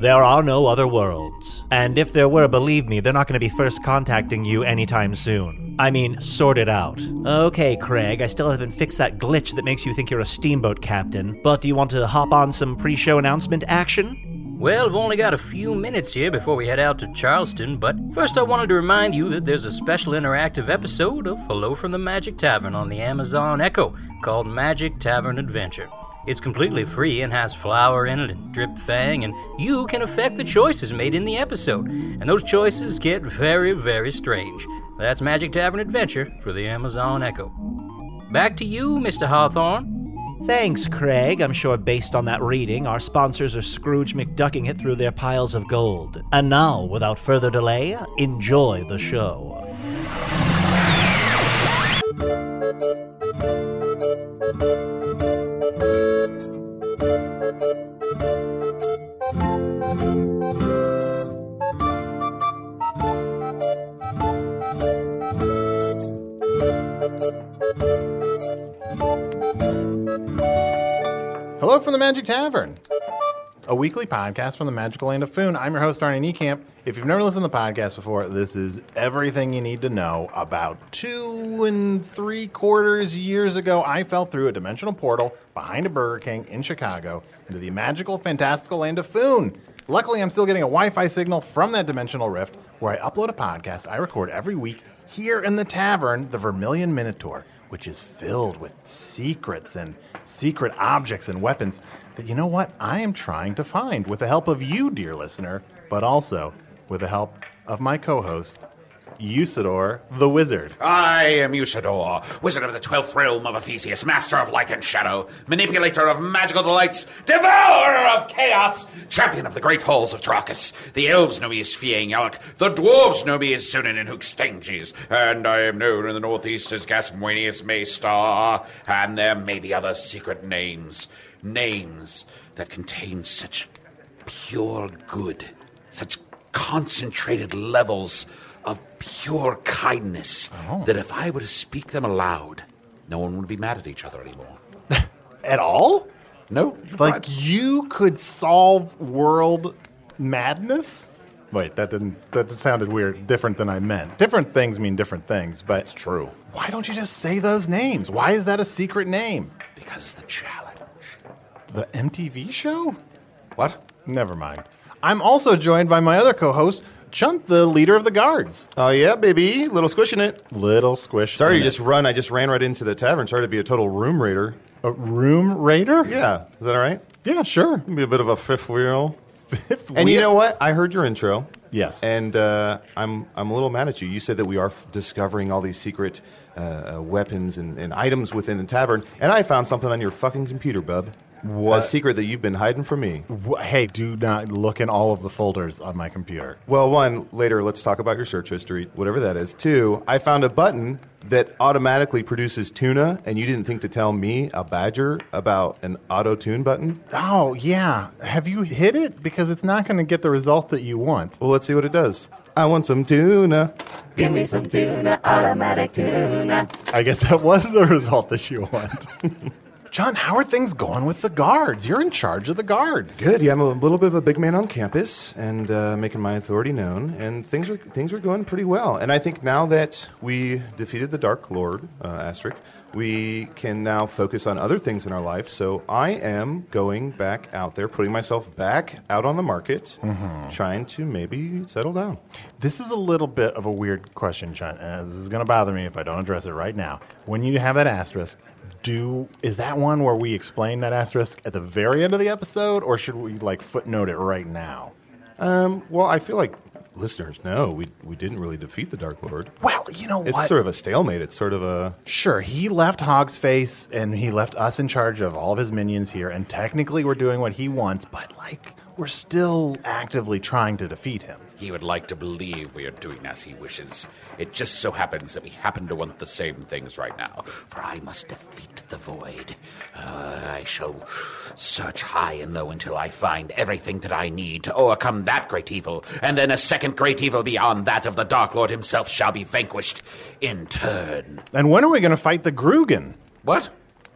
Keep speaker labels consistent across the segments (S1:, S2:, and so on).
S1: There are no other worlds. And if there were, believe me, they're not going to be first contacting you anytime soon. I mean, sort it out. Okay, Craig, I still haven't fixed that glitch that makes you think you're a steamboat captain, but do you want to hop on some pre show announcement action?
S2: Well, we've only got a few minutes here before we head out to Charleston, but first I wanted to remind you that there's a special interactive episode of Hello from the Magic Tavern on the Amazon Echo called Magic Tavern Adventure. It's completely free and has flour in it and drip fang, and you can affect the choices made in the episode. And those choices get very, very strange. That's Magic Tavern Adventure for the Amazon Echo. Back to you, Mr. Hawthorne.
S1: Thanks, Craig. I'm sure based on that reading, our sponsors are Scrooge McDucking it through their piles of gold. And now, without further delay, enjoy the show.
S3: Hello from the Magic Tavern, a weekly podcast from the magical land of Foon. I'm your host, Arnie Niekamp. If you've never listened to the podcast before, this is everything you need to know. About two and three quarters years ago, I fell through a dimensional portal behind a Burger King in Chicago into the magical, fantastical land of Foon. Luckily, I'm still getting a Wi Fi signal from that dimensional rift where I upload a podcast I record every week here in the tavern, the Vermilion Minotaur, which is filled with secrets and secret objects and weapons that you know what? I am trying to find with the help of you, dear listener, but also with the help of my co host, Usador the Wizard.
S4: I am Usador, wizard of the twelfth realm of Ephesius, master of light and shadow, manipulator of magical delights, devourer of chaos, champion of the great halls of Drakus. The elves know me as Fiengalak, the dwarves know me as Sunan and Hookstanges, and I am known in the northeast as Gasmoenius Maystar, and there may be other secret names, names that contain such pure good, such concentrated levels of pure kindness that if I were to speak them aloud, no one would be mad at each other anymore.
S3: At all?
S4: No,
S3: Like you could solve world madness? Wait, that didn't that sounded weird, different than I meant. Different things mean different things, but it's
S4: true.
S3: Why don't you just say those names? Why is that a secret name?
S4: because the challenge.
S3: The MTV show?
S4: What?
S3: Never mind. I'm also joined by my other co-host, Chunt, the leader of the guards.
S5: Oh yeah, baby, little squishing it.
S3: Little squish.
S5: Sorry
S3: in
S5: to
S3: it.
S5: just run. I just ran right into the tavern. Sorry to be a total room raider.
S3: a room raider?
S5: Yeah, is that all right?
S3: Yeah, sure.
S5: Be a bit of a fifth wheel.
S3: Fifth
S5: And you
S3: wheel.
S5: know what? I heard your intro.
S3: Yes.
S5: And uh, I'm I'm a little mad at you. You said that we are f- discovering all these secret uh, uh, weapons and, and items within the tavern, and I found something on your fucking computer, bub. a secret that you've been hiding from me.
S3: Wh- Hey, do not look in all of the folders on my computer.
S5: Well, one, later let's talk about your search history, whatever that is. Two, I found a button that automatically produces tuna, and you didn't think to tell me, a badger, about an auto tune button?
S3: Oh, yeah. Have you hit it? Because it's not going to get the result that you want.
S5: Well, let's see what it does. I want some tuna.
S3: I guess that was the result that you want. John, how are things going with the guards? You're in charge of the guards.
S5: Good, yeah, I'm a little bit of a big man on campus and uh, making my authority known, and things are things are going pretty well. And I think now that we defeated the Dark Lord, uh, Asterisk, we can now focus on other things in our life. So I am going back out there, putting myself back out on the market, trying to maybe settle down.
S3: This is a little bit of a weird question, John, and this is going to bother me if I don't address it right now. When you have that asterisk, do is that one where we explain that asterisk at the very end of the episode, or should we like footnote it right now?
S5: Um, well, I feel like listeners know we we didn't really defeat the Dark Lord.
S3: Well, you know
S5: It's
S3: what?
S5: sort of a stalemate. It's sort of a
S3: Sure, he left Hog's face and he left us in charge of all of his minions here, and technically we're doing what he wants, but like we're still actively trying to defeat him.
S4: He would like to believe we are doing as he wishes. It just so happens that we happen to want the same things right now, for I must defeat the void. Uh, I shall search high and low until I find everything that I need to overcome that great evil, and then a second great evil beyond that of the Dark Lord himself shall be vanquished in turn.
S3: And when are we going to fight the Grugan?
S4: What?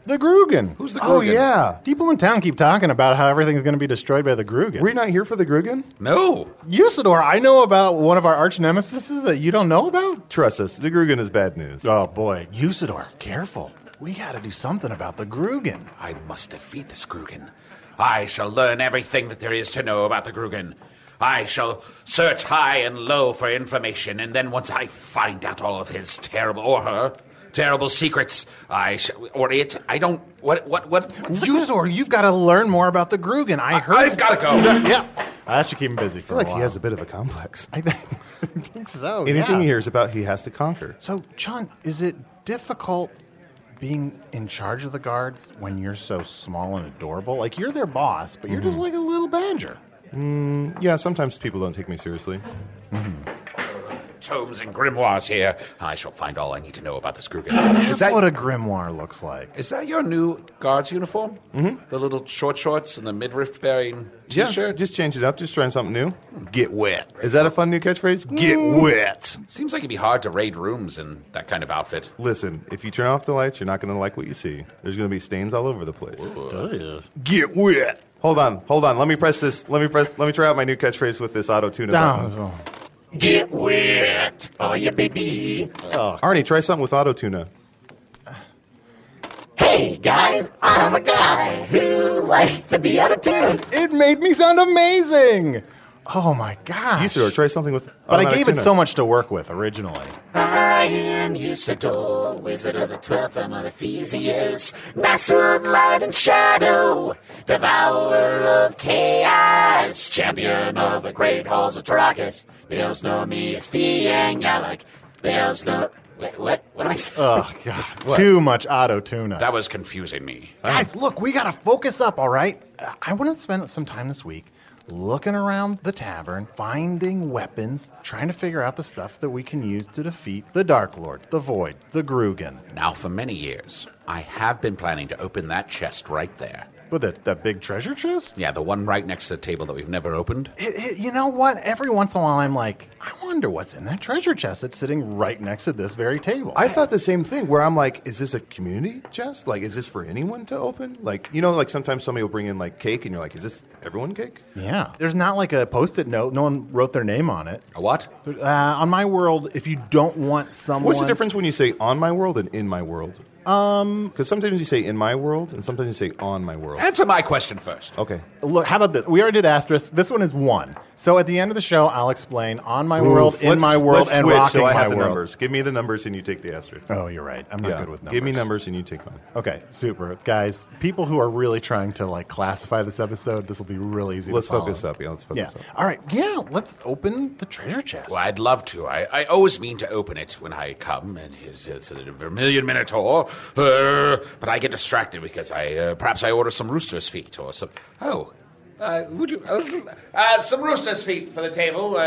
S3: The Grugan.
S4: Who's the
S5: oh
S4: Grugan?
S5: yeah.
S3: People in town keep talking about how everything's going to be destroyed by the Grugan.
S5: Were you not here for the Grugan?
S4: No.
S3: Usador, I know about one of our arch nemesises that you don't know about.
S5: Trust us, the Grugan is bad news.
S3: Oh boy, Usador, careful. We got to do something about the Grugan.
S4: I must defeat this Grugan. I shall learn everything that there is to know about the Grugan. I shall search high and low for information, and then once I find out all of his terrible or her terrible secrets, I shall or it. I don't. What? What? What? What's the-
S3: Usador, you've got to learn more about the Grugan. I heard.
S4: I've got to go.
S3: Yeah, that should keep him busy for
S5: I feel
S3: a
S5: like
S3: while.
S5: he has a bit of a complex.
S3: I think, I think so.
S5: Anything
S3: yeah.
S5: he hears about, he has to conquer.
S3: So, Chun, is it difficult being in charge of the guards when you're so small and adorable? Like you're their boss, but you're just like a little badger.
S5: Yeah, sometimes people don't take me seriously.
S4: Tomes and grimoires here. I shall find all I need to know about this Grugan.
S3: That's
S4: Is that
S3: what a grimoire looks like.
S4: is that your new guard's uniform? Mm-hmm. The little short shorts and the midriff bearing
S5: Yeah,
S4: t-shirt.
S5: Just change it up. Just trying something new.
S4: get wet.
S5: Is that a fun new catchphrase? Get
S3: Mm.
S5: wet.
S4: Seems like it'd be hard to raid rooms in that kind of outfit.
S5: Listen, if you turn off the lights, you're not going to like what you see. There's going to be stains all over the place. Get wet. Hold on, hold on. Let me press this. Let me press. Let me try out my new catchphrase with this auto tune.
S3: Down.
S4: Get wet. Oh, yeah, baby.
S5: Ah. Arnie, try something with auto tuna.
S3: It made me sound amazing. Oh my god.
S5: Isidore, try something with.
S3: But I
S5: automatic
S3: gave it
S5: tune-up.
S3: so much to work with originally.
S6: I am Usador, wizard of the twelfth and of Ephesians, master of light and shadow, devourer of chaos, champion of the great halls of Tarakas. They'll know me as Fiang Alec. They'll know. Wait, what? What am I saying?
S3: Oh god. Too much auto tuna.
S4: That was confusing me.
S3: Guys, look, we gotta focus up, all right? Uh, I want to spend some time this week looking around the tavern, finding weapons, trying to figure out the stuff that we can use to defeat the Dark Lord, the Void, the Grugan.
S4: Now, for many years, I have been planning to open that chest right there.
S3: With that, that big treasure chest?
S4: Yeah, the one right next to the table that we've never opened.
S3: It, it, you know what? Every once in a while, I'm like, I wonder what's in that treasure chest that's sitting right next to this very table.
S5: I thought the same thing. Where I'm like, is this a community chest? Like, is this for anyone to open? Like, you know, like sometimes somebody will bring in like cake, and you're like, is this everyone cake?
S3: yeah. There's not like a post it note, no one wrote their name on it.
S4: A what?
S3: Uh, on my world, if you don't want someone.
S5: What's the difference when you say on my world and in my world? Um, because sometimes you say in my world, and sometimes you say on my world.
S4: Answer my question first.
S5: Okay.
S3: Look, how about this? We already did asterisk. This one is one. So at the end of the show, I'll explain on my world,
S5: Oof,
S3: in
S5: let's-
S3: my world,
S5: let's
S3: and
S5: switch
S3: rocking
S5: so I
S3: my
S5: have the
S3: world.
S5: numbers. Give me the numbers, and you take the asterisk.
S3: Oh, you're right. I'm not
S5: Yeah.
S3: good with numbers.
S5: Give me numbers, and you take mine.
S3: Okay, super, guys. People who are really trying to like classify this episode, this will be really easy.
S5: Let's
S3: to follow.
S5: focus up. Yeah, let's
S3: Yeah.
S5: focus up.
S3: All right. Yeah. Let's open the treasure chest.
S4: Well, I'd love to. I, I always mean to open it when I come, and his, his, the Vermilion Minotaur uh, but I get distracted because I uh, perhaps I order some rooster's feet or some. Oh, uh, would you uh, some rooster's feet for the table uh,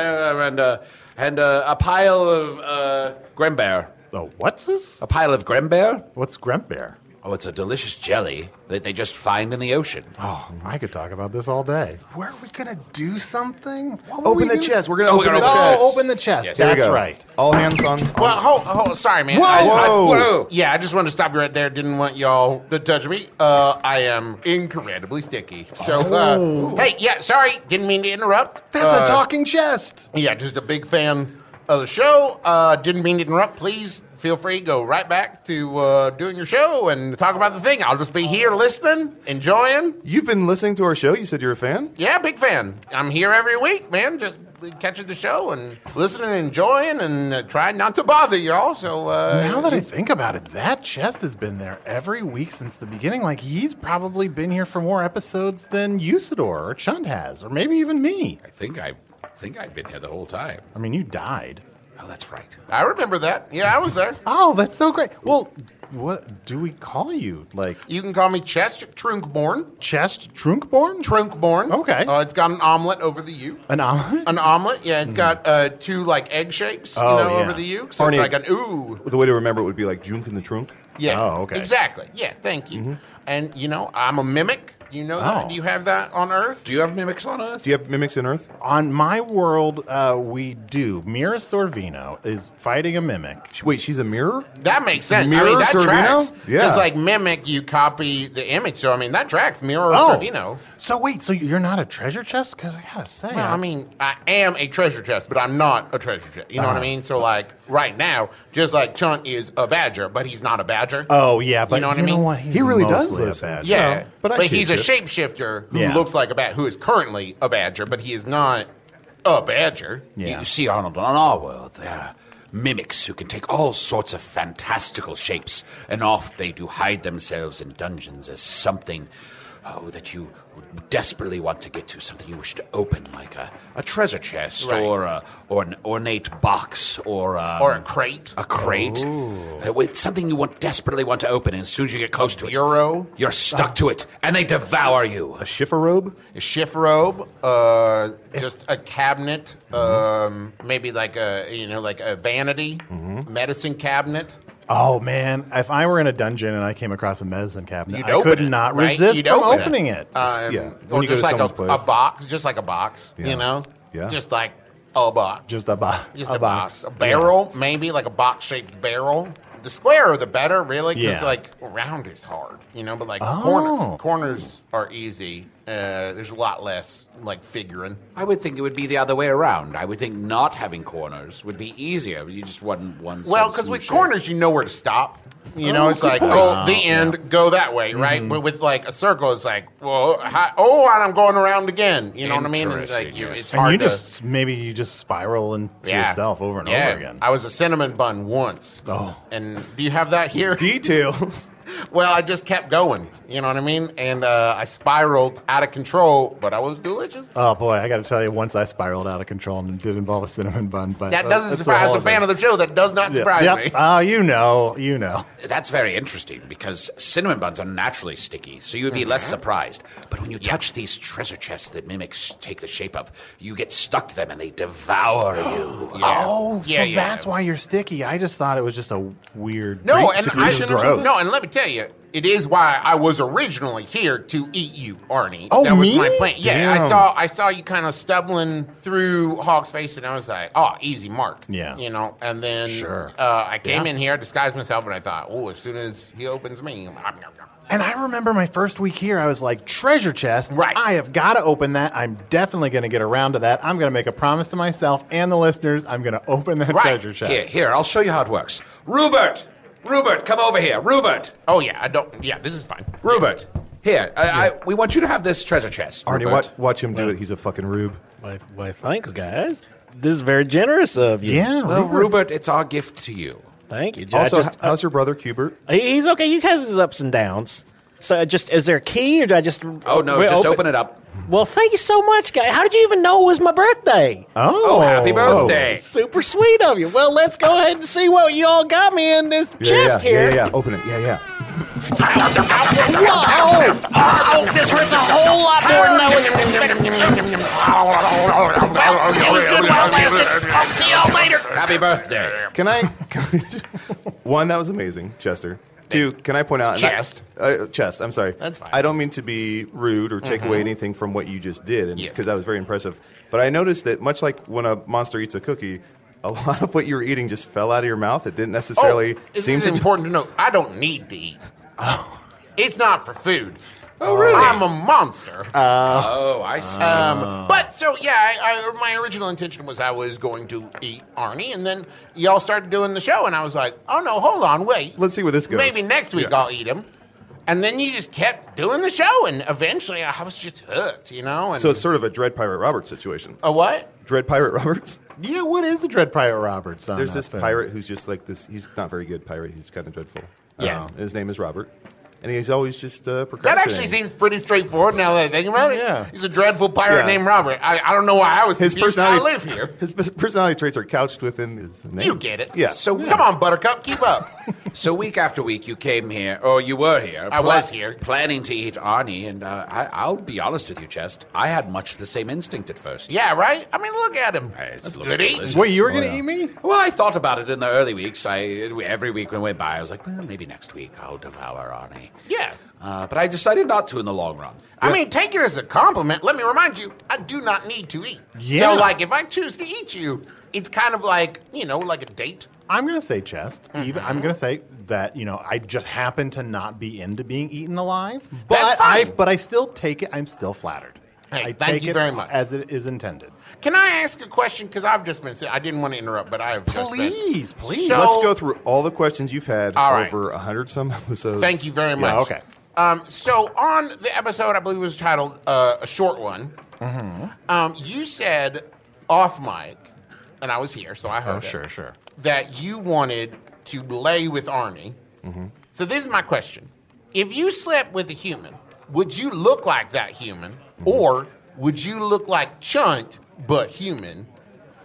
S4: and uh, and uh, a pile of uh, Grembert.
S3: The what's this?
S4: A pile of Grembert?
S3: What's Grump Bear?
S4: Oh, it's a delicious jelly that they just find in the ocean.
S3: Oh, I could talk about this all day. Where are we gonna do something? What were
S5: Open
S3: we
S5: the
S3: doing?
S5: chest. We're gonna
S4: Oh,
S5: open
S4: we're
S5: the
S4: gonna
S5: chest.
S3: Oh, open the chest.
S4: Yes.
S5: There we
S3: That's
S5: go.
S3: right.
S5: All hands on.
S7: Well, hold, hold, sorry, man. I, I-
S5: Whoa.
S4: Whoa.
S7: yeah, I just wanted to stop you right there. Didn't want y'all to touch me. Uh, I am incredibly sticky. So, uh, hey, yeah, sorry. Didn't mean to interrupt.
S3: Oh. That's
S7: uh,
S3: a talking chest.
S7: Yeah, just a big fan of the show. Uh, didn't mean to interrupt. Please feel free. Go right back to uh, doing your show and talk about the thing. I'll just be here listening, enjoying.
S5: You've been listening to our show. You said you're a fan.
S7: Yeah, big fan. I'm here every week, man. Just catching the show and listening and enjoying and uh, trying not to bother y'all. So uh,
S3: Now that I think about it, that chest has been there every week since the beginning. Like he's probably been here for more episodes than Usador or Chund has, or maybe even me.
S4: I think I think I've been here the whole time.
S3: I mean, you died.
S4: Oh, that's right.
S7: I remember that. Yeah, I was there.
S3: Oh, that's so great. Well, what do we call you? Like
S7: You can call me Chest Trunkborn.
S3: chest trunkborn?
S7: Trunkborn.
S3: Okay.
S7: Uh, it's got an omelet over the U.
S3: An omelet?
S7: An omelet. Yeah, it's got uh, two like egg shapes,
S3: Hmm. Oh,
S7: you know,
S3: yeah.
S7: over the U. So
S5: Arnie-
S7: it's like an ooh.
S5: The way to remember it would be like junk in the trunk.
S7: Yeah.
S3: Oh, okay. Mm-hmm.
S7: Exactly. Yeah. Thank you. And you know, I'm a mimic. You know
S3: Oh.
S7: that? Do you have that on Earth?
S4: Do you have mimics on Earth?
S5: Do you have mimics in Earth?
S3: On my world, uh, we do. Mira Sorvino is fighting a mimic.
S5: Sh- Wait, she's a mirror.
S7: That makes sense. I
S5: Mirror
S7: mean, that
S5: Servino?
S7: tracks.
S5: Yeah.
S7: Because like mimic, you copy the image. So I mean, that tracks. Mirror
S3: Oh.
S7: Servino.
S3: So wait, so you're not a treasure chest? Because I gotta say,
S7: Well, I mean, I am a treasure chest, but I'm not a treasure chest. You know
S3: Uh-huh.
S7: what I mean? So like right now, just like Chunt is a badger, but he's not a badger.
S3: oh yeah, but you
S7: know what I mean?
S3: He's
S5: He really does
S3: mostly a
S5: listen.
S3: bad
S7: yeah,
S5: no, but
S7: but,
S5: I
S7: he's a
S5: shapeshift.
S7: shapeshifter who
S3: Yeah.
S7: looks like a bat, who is currently a badger, but he is not a badger.
S3: Yeah.
S4: You see, Arnold, on our world, there are mimics who can take all sorts of fantastical shapes, and oft they do hide themselves in dungeons as something oh, that you desperately want to get to, something you wish to open, like a, a treasure chest
S7: Right.
S4: or a, or an ornate box or um,
S7: Or a crate.
S4: a crate uh, with something you want desperately want to open. And as soon as you get close to
S7: bureau?
S4: it, you're stuck to it, and they devour you.
S5: A shiffer robe.
S7: a shift robe, uh, just a cabinet,
S3: Mm-hmm.
S7: um, maybe like a you know like a vanity
S3: Mm-hmm.
S7: medicine cabinet.
S3: Oh man, if I were in a dungeon and I came across a medicine cabinet,
S7: You'd
S3: I
S7: open
S3: could
S7: it,
S3: not
S7: right?
S3: resist
S7: You'd
S3: from
S7: open it.
S3: opening it.
S7: Um,
S5: yeah, when
S7: or
S5: you go
S7: just
S5: to
S7: like a,
S5: someone's
S7: a
S5: place.
S7: box, just like a box,
S5: Yeah.
S7: you know,
S5: Yeah.
S7: just like a box,
S3: Just a box.
S7: just a, box. a barrel, maybe like a box-shaped barrel. The squarer, the better, really, because
S3: Yeah.
S7: like round is hard, you know, but like
S3: Oh.
S7: corner, corners are easy. Uh, there's a lot less like figuring.
S4: I would think it would be the other way around. I would think not having corners would be easier. You just wouldn't one.
S7: Well,
S4: sort of
S7: because with
S4: solution.
S7: corners, you know where to stop. You know, it's like, oh, the end, go that way, right? But with like a circle, it's like, well, hi, oh, and I'm going around again. You know what I mean? And it's like,
S4: Interesting,
S7: you,
S4: yes.
S7: it's
S3: and
S7: hard
S3: you
S7: to,
S3: just maybe you just spiral into yourself over and
S7: Yeah.
S3: over again.
S7: I was a cinnamon bun once.
S3: Oh.
S7: And do you have that here?
S5: Details.
S7: well, I just kept going. You know what I mean? And uh, I spiraled out of control, but I was delicious.
S3: oh boy, I gotta tell you, once I spiraled out of control and it did involve a cinnamon bun, but
S7: that
S3: uh,
S7: doesn't
S3: that's
S7: surprise
S3: whole
S7: a fan
S3: other-
S7: of the show. That does not surprise
S3: Yeah.
S7: me.
S3: Yep. Oh, you know, you know.
S4: That's very interesting because cinnamon buns are naturally sticky, so you would be less surprised. But when you touch these treasure chests that mimics take the shape of, you get stuck to them and they devour you.
S3: Oh, so
S4: Yeah, yeah.
S3: that's why you're sticky. I just thought it was just a weird
S7: No,
S3: drink
S7: and I,
S3: secretion or something?
S7: no, and let me tell you, it is why I was originally here to eat you, Arnie.
S3: Oh,
S7: that was
S3: me?
S7: my plan. Yeah,
S3: Damn.
S7: I saw I saw you kind of stumbling through Hog's face, and I was like, oh, easy mark.
S3: Yeah.
S7: you know. And then
S3: Sure.
S7: uh, I came
S3: Yeah.
S7: in here, disguised myself, and I thought, oh, as soon as he opens me, I'm-
S3: And I remember my first week here, I was like, treasure chest.
S7: Right.
S3: I have got to open that. I'm definitely going to get around to that. I'm going to make a promise to myself and the listeners. I'm going to open that
S7: Right.
S3: treasure chest.
S4: Here, here, I'll show you how it works. Rupert! Rupert, come over here. Rupert!
S7: oh yeah, I don't. Yeah, this is fine.
S4: Rupert! Here, I, I, we want you to have this treasure chest.
S5: Arnie,
S4: Rupert.
S5: watch, watch him do it. He's a fucking rube.
S8: Why, why, thanks, guys. This is very generous of you.
S3: Yeah.
S4: Well,
S3: Rupert.
S4: Rupert, it's our gift to you.
S8: Thank you. I
S5: Also,
S8: just-
S5: h- how's your brother Cubert?
S8: He- He's okay. He has his ups and downs. So I just is there a key or do I just?
S4: Oh no, just open, it up.
S8: Well, thank you so much, guy. How did you even know it was my birthday?
S4: Oh, happy birthday.
S8: Super sweet of you. Well, let's go ahead and see what you all got me in this
S5: yeah,
S8: chest
S5: yeah,
S8: here.
S5: yeah, yeah. Open it. Yeah, yeah.
S8: Whoa! Oh, this hurts a whole lot more than I was expecting. It was good while it lasted. I'll see y'all later.
S4: Happy birthday.
S5: Can I? Can I just, one, that was amazing, Chester. Two, can I point out? and I-
S7: Chest.
S5: uh, chest. I'm sorry.
S7: That's fine. Mm-hmm.
S5: I don't mean to be rude or take away anything from what you just did, because
S7: Yes.
S5: that was very impressive. But I noticed that much like when a monster eats a cookie, a lot of what you were eating just fell out of your mouth. It didn't necessarily
S7: oh, this
S5: seem
S7: is
S5: to. Oh.
S7: important to know. I don't need to eat. It's not for food. Oh, really? I'm a monster.
S5: Um,
S4: Oh, I see.
S7: um, but so, yeah, I, I, my original intention was I was going to eat Arnie, and then y'all started doing the show, and I was like, oh no, hold on, wait.
S5: Let's see where this goes.
S7: Maybe next week
S5: Yeah.
S7: I'll eat him. And then you just kept doing the show, and eventually I was just hooked, you know? And
S5: so it's sort of a Dread Pirate Roberts situation.
S7: a what?
S5: Dread Pirate Roberts.
S3: Yeah, what is the Dread Pirate Roberts on
S5: There's
S3: that
S5: this
S3: thing?
S5: pirate who's just like this. He's not very good pirate. He's kind of dreadful.
S7: Yeah.
S5: Um, his name is Robert, and he's always just uh,
S7: That actually
S5: procrastinating.
S7: seems pretty straightforward now that I think about it.
S3: Yeah.
S7: He's a dreadful pirate
S5: Yeah.
S7: named Robert. I, I don't know why I was
S5: his
S7: confused.
S5: personality.
S7: I live here.
S5: His pers- personality traits are couched within his name.
S7: You get it.
S5: Yeah.
S7: So come on, Buttercup, keep up.
S4: So week after week, you came here, or you were here.
S7: I was here.
S4: planning to eat Arnie, and uh, I, I'll be honest with you, Chest. I had much the same instinct at first.
S7: yeah, right. I mean, look at him.
S4: Hey, it's-
S7: That's
S4: looks
S7: good eating.
S4: delicious.
S3: Wait, you were gonna eat me?
S4: Well, I thought about it in the early weeks. I every week when went by, I was like, well, maybe next week I'll devour Arnie.
S7: Yeah.
S4: Uh, but I decided not to in the long run.
S7: I mean, take it as a compliment. Let me remind you, I do not need to eat.
S3: Yeah.
S7: So, like, if I choose to eat you, it's kind of like you know, like a date.
S3: I'm gonna say chest.
S7: Mm-hmm.
S3: Even I'm gonna say that you know I just happen to not be into being eaten alive, but
S7: That's
S3: I
S7: fine.
S3: but I still take it. I'm still flattered.
S7: Hey,
S3: I
S7: thank
S3: take
S7: you
S3: it
S7: very much.
S3: as it is intended.
S7: Can I ask a question? Because I've just been. si- I didn't want to interrupt, but I have. just been-
S3: Please, please.
S7: So-
S5: Let's go through all the questions you've had
S7: All right.
S5: over a hundred some episodes.
S7: Thank you very
S5: Yeah,
S7: much.
S5: okay.
S7: Um, so on the episode, I believe it was titled uh, "A Short One."
S5: Mm-hmm.
S7: Um, you said off mic, and I was here, so I heard.
S5: Oh,
S7: it,
S3: sure, sure.
S7: That you wanted to lay with Arnie.
S5: Mm-hmm.
S7: So this is my question: If you slept with a human, would you look like that human,
S5: Mm-hmm.
S7: or would you look like Chunt but human?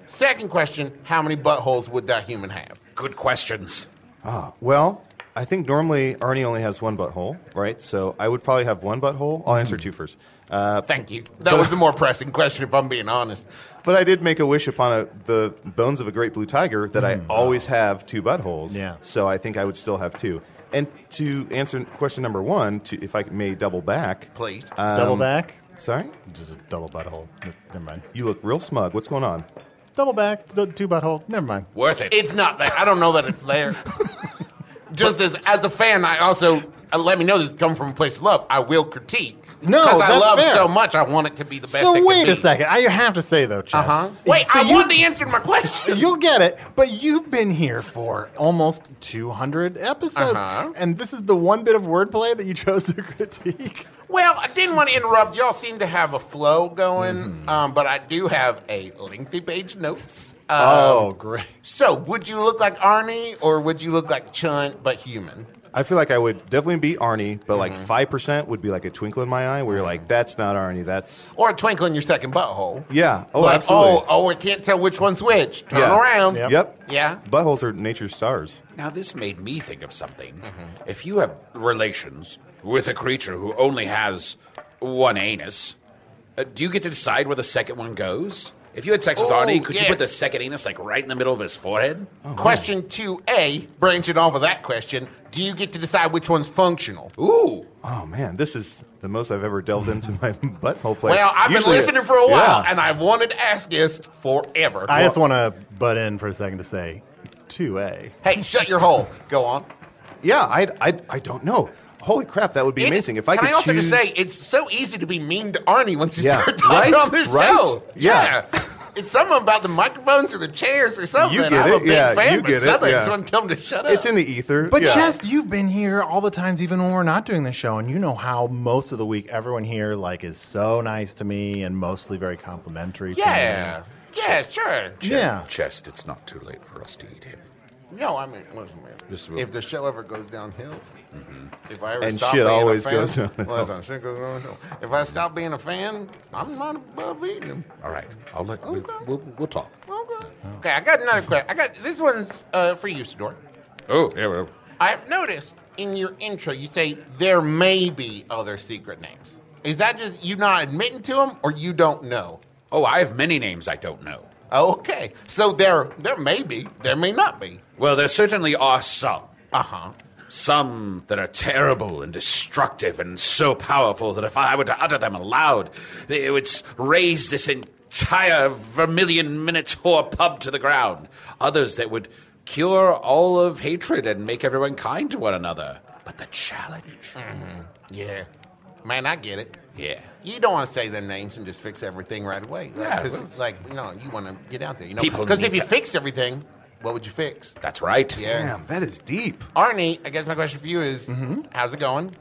S7: Second question: How many buttholes would that human have?
S4: Good questions.
S5: Ah, well, I think normally Arnie only has one butthole, right? So I would probably have one butthole. I'll answer two first. Uh,
S7: Thank you. That was the more pressing question, if I'm being honest.
S5: but I did make a wish upon a, the bones of a great blue tiger that I
S7: Hmm.
S5: always have two buttholes.
S3: Yeah.
S5: So I think I would still have two. And to answer question number one, to, if I may double back,
S7: Please.
S3: double back.
S5: Sorry,
S3: Just a double butthole. Ne- Never mind.
S5: you look real smug. What's going on?
S3: Double back. The two butthole. Never mind.
S4: Worth it.
S7: It's not there. I don't know that it's there. Just as as a fan, I also uh, let me know this come from a place of love. I will critique.
S3: No,
S7: because I
S3: that's
S7: love
S3: fair.
S7: so much, I want it to be the best. it
S3: So
S7: can
S3: wait
S7: be.
S3: a second. I have to say though, chest.
S7: Uh huh. Wait,
S3: so
S7: I
S3: you-
S7: wanted to answer my question.
S3: You'll get it, but you've been here for almost 200 episodes,
S7: Uh-huh.
S3: and this is the one bit of wordplay that you chose to critique.
S7: Well, I didn't want to interrupt. Y'all seem to have a flow going,
S3: Mm-hmm.
S7: um, but I do have a lengthy page of notes. Um,
S3: Oh, great!
S7: So, would you look like Arnie or would you look like Chunt but human?
S5: I feel like I would definitely be Arnie, but like
S7: Mm-hmm.
S5: five percent would be like a twinkle in my eye, where you're like, "That's not Arnie. That's
S7: Or a twinkle in your second butthole?
S5: yeah. Oh,
S7: like,
S5: absolutely.
S7: oh, oh, I can't tell which one's which. Turn
S5: Yeah.
S7: around.
S3: Yep.
S5: Yep.
S7: Yeah.
S5: Buttholes are nature's stars.
S4: Now, this made me think of something.
S7: Mm-hmm.
S4: If you have relations with a creature who only has one anus, uh, do you get to decide where the second one goes? If you had sex with
S7: Oh,
S4: Arnie, could you put the
S7: yes. Oh.
S4: second anus like right in the middle of his forehead?
S5: Oh,
S7: Question 2A, branching off of that question, do you get to decide which one's functional?
S4: Ooh,
S5: Oh man, this is the most I've ever delved into my butthole play.
S7: well, I've been
S5: Usually-
S7: listening for a while,
S5: Yeah.
S7: and I wanted to ask this forever.
S3: I just want to butt in for a second to say, two A.
S7: hey, shut your hole. Go on.
S5: yeah, I, I, I don't know. Holy crap, that would be
S7: It-
S5: amazing if I
S7: can
S5: could
S7: I also
S5: choose.
S7: just say, it's so easy to be mean to Arnie once you
S5: Yeah.
S7: start talking
S5: Right?
S7: on this
S5: Right?
S7: show.
S5: Yeah.
S7: it's something about the microphones or the chairs or something.
S5: get
S7: I'm a
S5: it.
S7: big
S5: Yeah,
S7: fan,
S5: you
S7: but
S5: get it.
S7: suddenly
S5: Yeah.
S7: someone tell him to shut up.
S5: it's in the ether.
S3: But
S5: yeah.
S3: Chest, you've been here all the times, even when we're not doing the show, and you know how most of the week everyone here like is so nice to me and mostly very complimentary.
S7: Yeah.
S3: to
S7: Yeah, sure.
S3: me. yeah.
S4: chest. It's not too late for us to eat him.
S7: No, I mean, listen, man.
S5: Just a little-
S7: if the show ever goes downhill, if I ever
S5: And
S7: stop
S5: shit
S7: being
S5: always
S7: a fan,
S5: goes downhill.
S7: Well, listen, shit goes downhill. If I stop being a fan, I'm not above eating them.
S4: All right, I'll let we-
S7: Okay.
S4: we'll, we'll talk.
S7: Okay.
S5: Oh.
S7: Okay, I got another question. I got this one's uh, for you, Sidor.
S4: Oh, yeah, well,
S7: I've noticed in your intro you say there may be other secret names. Is that just you not admitting to them, or you don't know?
S4: oh, I have many names I don't know.
S7: Okay, so there there may be, there may not be.
S4: Well, there certainly are some.
S7: Uh huh.
S4: Some that are terrible and destructive and so powerful that if I were to utter them aloud, they- it would s- raise this entire Vermilion Minotaur pub to the ground. Others that would cure all of hatred and make everyone kind to one another. But the challenge?
S7: Yeah, man, I get it.
S4: Yeah.
S7: You don't want to say their names and just fix everything right away.
S4: Yeah,
S7: Because,
S4: well-
S7: like, you know, you want to get out there, you know?
S4: People
S7: Because if
S4: need
S7: you
S4: to-
S7: fixed everything, what would you fix?
S4: That's right.
S7: Yeah.
S5: Damn, that is deep.
S7: Arnie, I guess my question for you is how's it going?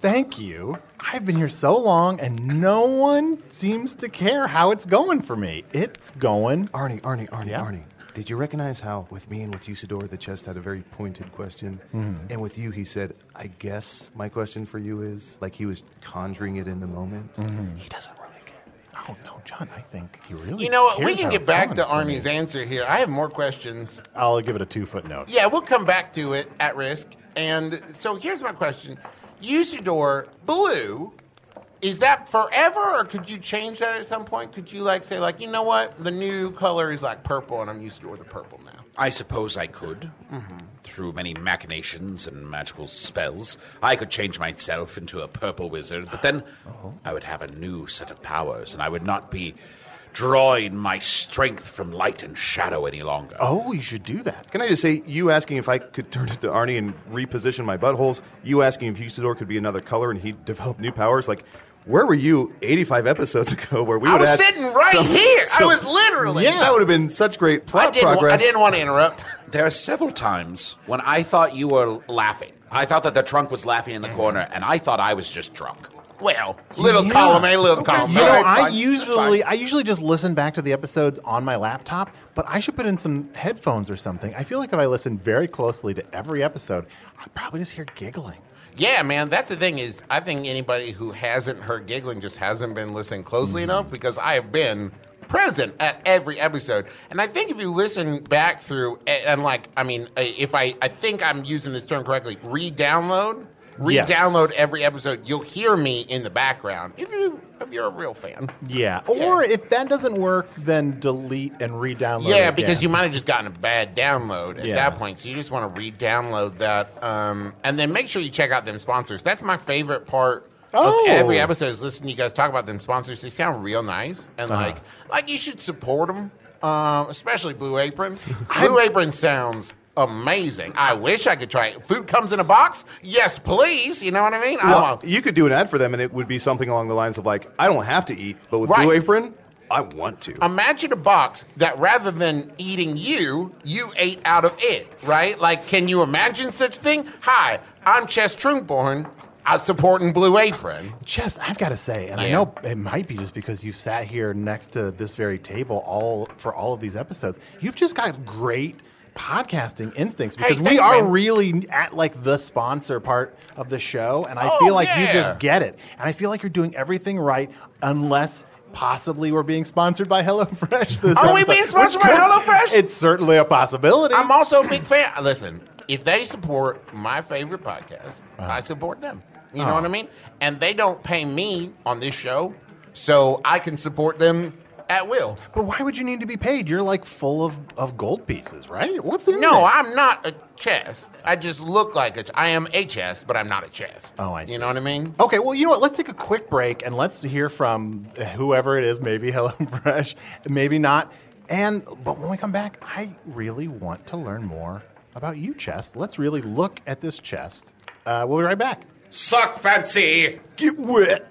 S3: Thank you. I've been here so long, and no one seems to care how it's going for me. It's going.
S5: Arnie, Arnie, Arnie,
S3: Yeah?
S5: Arnie. Did you recognize how, with me and with Usador, the chest had a very pointed question?
S4: Mm-hmm.
S5: And with you, he said, I guess my question for you is, like he was conjuring it in the moment? He doesn't really care.
S3: Oh no, John! I think he really.
S7: You know what? We
S3: cares
S7: can
S3: how
S7: get
S3: it's
S7: back to
S3: going for me.
S7: Arnie's answer here. I have more questions.
S3: I'll give it a two footnote.
S7: Yeah, we'll come back to it at risk. And so here's my question Usador, blue, is that forever or could you change that at some point? Could you, like, say, like, you know what? The new color is like purple and I'm Usador the purple now.
S4: I suppose I could. Through many machinations and magical spells, I could change myself into a purple wizard, but then I would have a new set of powers, and I would not be drawing my strength from light and shadow any longer.
S3: Oh, you should do that.
S5: Can I just say, you asking if I could turn it to Arnie and reposition my buttholes, you asking if Usador could be another color and he'd develop new powers, like, where were you 85 episodes ago where we
S7: I
S5: would
S7: was
S5: have
S7: sitting right
S5: some-
S7: here. I
S5: some-
S7: was literally.
S5: Yeah, that would have been such great
S7: I
S5: plot
S7: didn't, wa- I
S5: progress.
S7: didn't want to interrupt.
S4: There are several times when I thought you were laughing. I thought that the trunk was laughing
S5: Mm-hmm.
S4: in the corner, and I thought I was just drunk.
S7: Well, little
S3: Yeah.
S7: column A, little column
S3: You
S7: B.
S3: know,
S7: Alright,
S3: I
S7: fine.
S3: usually
S7: That's
S3: I usually just listen back to the episodes on my laptop, but I should put in some headphones or something. I feel like if I listen very closely to every episode, I probably just hear giggling.
S7: fine. yeah, man. That's the thing is, I think anybody who hasn't heard giggling just hasn't been listening closely
S3: Mm-hmm.
S7: enough because I have been present at every episode, and I think if you listen back through, a- and like, I mean, uh, if I, I think I'm using this term correctly, re-download,
S3: Yes.
S7: re-download every episode, you'll hear me in the background if you if you're a real fan.
S3: Yeah. Or if that doesn't work, then delete and re-download.
S7: Yeah, because
S3: again.
S7: you might have just gotten a bad download at
S3: Yeah.
S7: that point. So you just want to re-download that, um, and then make sure you check out them sponsors. That's my favorite part
S3: Oh.
S7: of every episode is listening to you guys talk about them sponsors. They sound real nice, and
S3: Uh-huh.
S7: like like you should support them, um, especially Blue Apron. Blue Apron sounds. Amazing! I wish I could try it. Food comes in a box. Yes, please. You know what I mean? I'm
S5: Well,
S7: a-
S5: you could do an ad for them, and it would be something along the lines of like, "I don't have to eat, but with
S7: Right.
S5: Blue Apron, I want to."
S7: imagine a box that rather than eating you, you ate out of it, right? Like, can you imagine such a thing? Hi, I'm Chess Trunkborn. I'm supporting Blue Apron.
S3: Just, I've got to say, and I
S7: Yeah.
S3: know it might be just because you've sat here next to this very table all for all of these episodes. You've just got great podcasting instincts
S7: Hey,
S3: because we
S7: thanks,
S3: are
S7: man.
S3: really at like the sponsor part of the show, and I
S7: Oh,
S3: feel like
S7: yeah.
S3: you just get it, and I feel like you're doing everything right, unless. Possibly we're being sponsored by HelloFresh this
S7: Are we
S3: episode,
S7: being sponsored
S3: which
S7: by
S3: could-
S7: HelloFresh?
S3: It's certainly a possibility.
S7: I'm also a big fan. Listen, if they support my favorite podcast,
S3: Uh-huh.
S7: I support them. You know what I mean? And they don't pay me on this show, so I can support them at will.
S3: but why would you need to be paid? You're like full of, of gold pieces, right? What's in
S7: No,
S3: there?
S7: I'm not a chest. I just look like a. ch- I am a chest, but I'm not a chest.
S3: Oh, I see.
S7: You know what I mean?
S3: Okay, well, you know what? Let's take a quick break and let's hear from whoever it is. Maybe HelloFresh, maybe not. And but when we come back, I really want to learn more about you, chest. Let's really look at this chest. Uh, we'll be right back.
S4: Suck fancy!
S5: Get wet.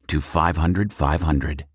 S9: to 500 500.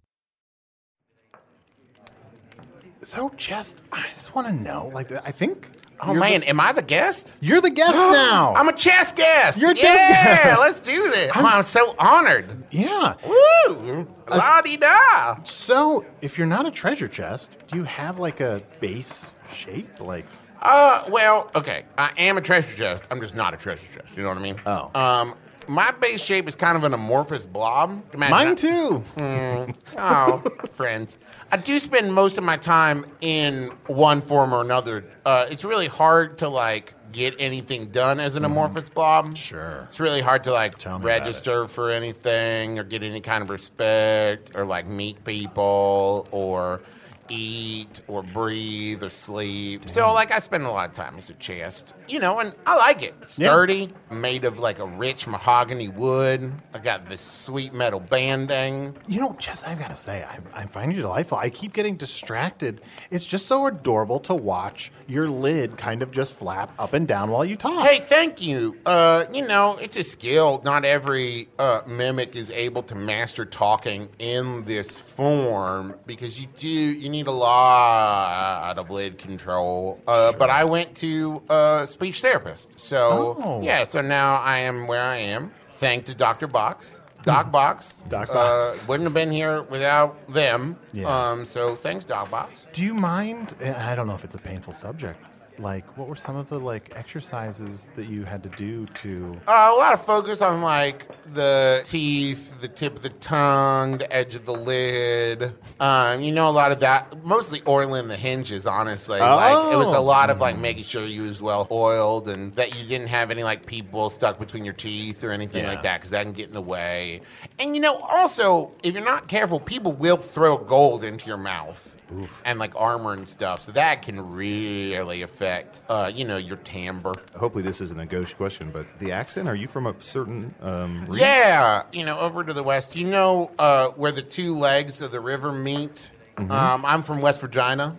S3: So just, I just want to know. Like, I think.
S7: Oh
S3: you're
S7: man,
S3: the,
S7: am I the guest?
S3: you're the guest now.
S7: I'm a chess guest.
S3: You're a chess
S7: yeah,
S3: guest.
S7: let's do this. Oh, I'm so honored.
S3: yeah.
S7: Woo! La di da.
S3: So, if you're not a treasure chest, do you have like a base shape? Like,
S7: Uh, well, okay. I am a treasure chest. I'm just not a treasure chest. You know what I mean?
S3: Oh.
S7: Um, my base shape is kind of an amorphous blob. Imagine
S3: mine
S7: that.
S3: too.
S7: Oh, friends. I do spend most of my time in one form or another. Uh, it's really hard to like get anything done as an amorphous blob.
S3: Mm-hmm. Sure.
S7: It's really hard to like
S3: Tell me about
S7: register for anything or get any kind of respect or like meet people or eat or breathe or sleep. So like I spend a lot of time as a chest, you know, and I like it. It's
S3: Yeah.
S7: sturdy, made of like a rich mahogany wood. I got this sweet metal banding.
S3: You know, Jess, I've got to say, I, I find you delightful. I keep getting distracted. It's just so adorable to watch your lid kind of just flap up and down while you talk.
S7: Hey, thank you. Uh, you know, it's a skill. Not every uh, mimic is able to master talking in this form because you do you need a lot of lid control. Uh, But I went to a speech therapist, so
S3: Oh.
S7: yeah. So now I am where I am. Thank to Doctor Box. Doc Box.
S3: Mm-hmm. Doc
S7: Uh,
S3: Box.
S7: wouldn't have been here without them.
S3: Yeah.
S7: Um, so thanks, Doc Box.
S3: Do you mind? and I don't know if it's a painful subject. Like, what were some of the like exercises that you had to do to?
S7: Uh, a lot of focus on like the teeth, the tip of the tongue, the edge of the lid. Um, you know, a lot of that, mostly oiling the hinges. Honestly, like it was a
S3: Oh.
S7: lot of like making sure you was well oiled and that you didn't have any like people stuck between your teeth or anything
S3: Yeah.
S7: like that because that can get in the way. And you know, also if you're not careful, people will throw gold into your mouth and like armor and stuff, so that can really affect uh, you know your timbre.
S5: Hopefully, this isn't a gauche question, but the accent. Are you from a certain? Um, region?
S7: Yeah, you know, over to the west. You know uh, where the two legs of the river meet.
S3: Mm-hmm.
S7: Um, I'm from West Virginia.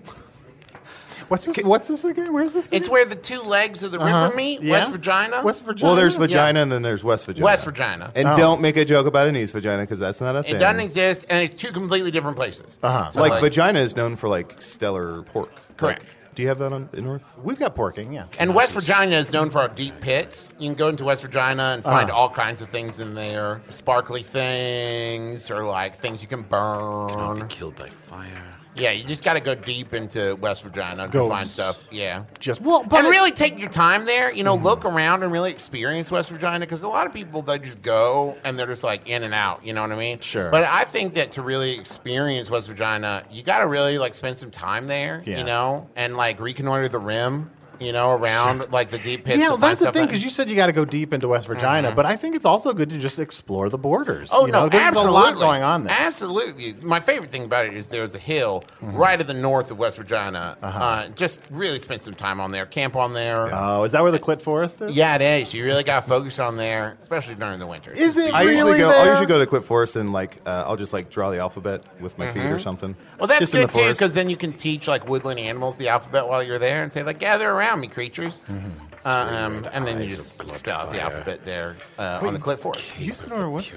S3: What's this? What's this again? Where's this?
S7: It's
S3: again?
S7: where the two legs of the river meet.
S3: Uh-huh. Yeah.
S7: West Virginia.
S3: West Virginia.
S5: Well, there's vagina and then there's West Virginia.
S7: West Virginia.
S5: And
S3: Oh.
S5: don't make a joke about an East Vagina because that's not a thing.
S7: It doesn't exist, and it's two completely different places.
S3: Uh-huh.
S7: So,
S5: Like, vagina is known for like stellar pork.
S7: Correct.
S5: Like, do you have that on the north?
S3: We've got porking. Yeah.
S7: And West Virginia is known for our deep pits. You can go into West Virginia and find
S3: Uh-huh.
S7: all kinds of things in there, sparkly things or like things you can burn.
S6: Killed by fire.
S7: Yeah, you just got to go deep into West Virginia
S3: Go
S7: to find
S3: s-
S7: stuff. Yeah,
S3: just- Mm-hmm. well, but-
S7: and really take your time there. You know, look around and really experience West Virginia because a lot of people they just go and they're just like in and out. You know what I mean?
S3: Sure.
S7: But I think that to really experience West Virginia, you got to really like spend some time there.
S3: Yeah.
S7: You know, and like reconnoiter the rim. you know, around like the deep pits.
S3: yeah,
S7: to
S3: well,
S7: find
S3: that's the
S7: stuff
S3: thing
S7: that-
S3: because you said you got to go deep into West Virginia,
S7: Mhm.
S3: but I think it's also good to just explore the borders.
S7: Oh
S3: you
S7: no,
S3: know? there's
S7: absolutely.
S3: a lot going on there. Mm-hmm.
S7: Absolutely. My favorite thing about it is there's a hill right at the north of West Virginia.
S3: Uh-huh.
S7: uh just really spend some time on there, camp on there. Yeah,
S3: Oh, is that where the Clit Forest is?
S7: it is. You really got to focus on there, especially during the winter.
S3: Is it
S5: I usually
S3: really
S5: go. I
S3: there?
S5: usually go to Clip Forest and like uh, I'll just like draw the alphabet with my feet or something.
S7: Mm-hmm. Well, that's
S5: just in
S7: good
S5: the
S7: too
S5: forest.
S7: because then you can teach like woodland animals the alphabet while you're there and say like gather around me, creatures.
S3: Mm-hmm.
S7: Uh, um, and then you just spell out the alphabet there uh, on the Clit Forest.
S3: You saw what?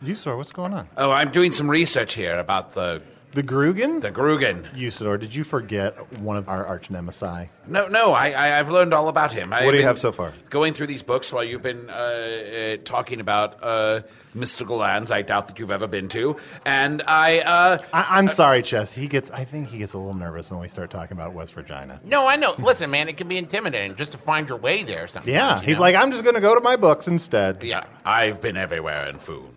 S3: You saw what's going on?
S4: Oh, I'm doing some research here about the
S3: The Grugan?
S4: the Grugan.
S3: Usador, did you forget one of our arch nemesis?
S4: No, no, I, I I've learned all about him.
S5: What do you have so far?
S4: Going through these books while you've been uh, uh, talking about uh, mystical lands, I doubt that you've ever been to, and I. Uh,
S3: I- I'm sorry, Chess. He gets. I think he gets a little nervous when we start talking about West Virginia.
S7: No, I know. Listen, man, it can be intimidating just to find your way there. Sometimes.
S3: Yeah,
S7: you
S3: he's
S7: know?
S3: like, I'm just going to go to my books instead.
S7: yeah.
S4: I've been everywhere in Foon.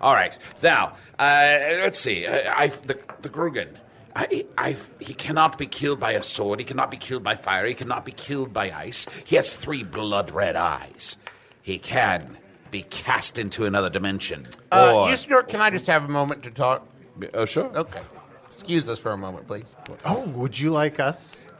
S4: All right, now uh, let's see. I, I the the Grugan. I, I, he cannot be killed by a sword. He cannot be killed by fire. He cannot be killed by ice. He has three blood red eyes. He can be cast into another dimension.
S7: Uh,
S4: or,
S7: Usador, can I just have a moment to talk?
S4: oh, sure.
S7: Okay. Excuse us for a moment, please.
S3: Oh, would you like us,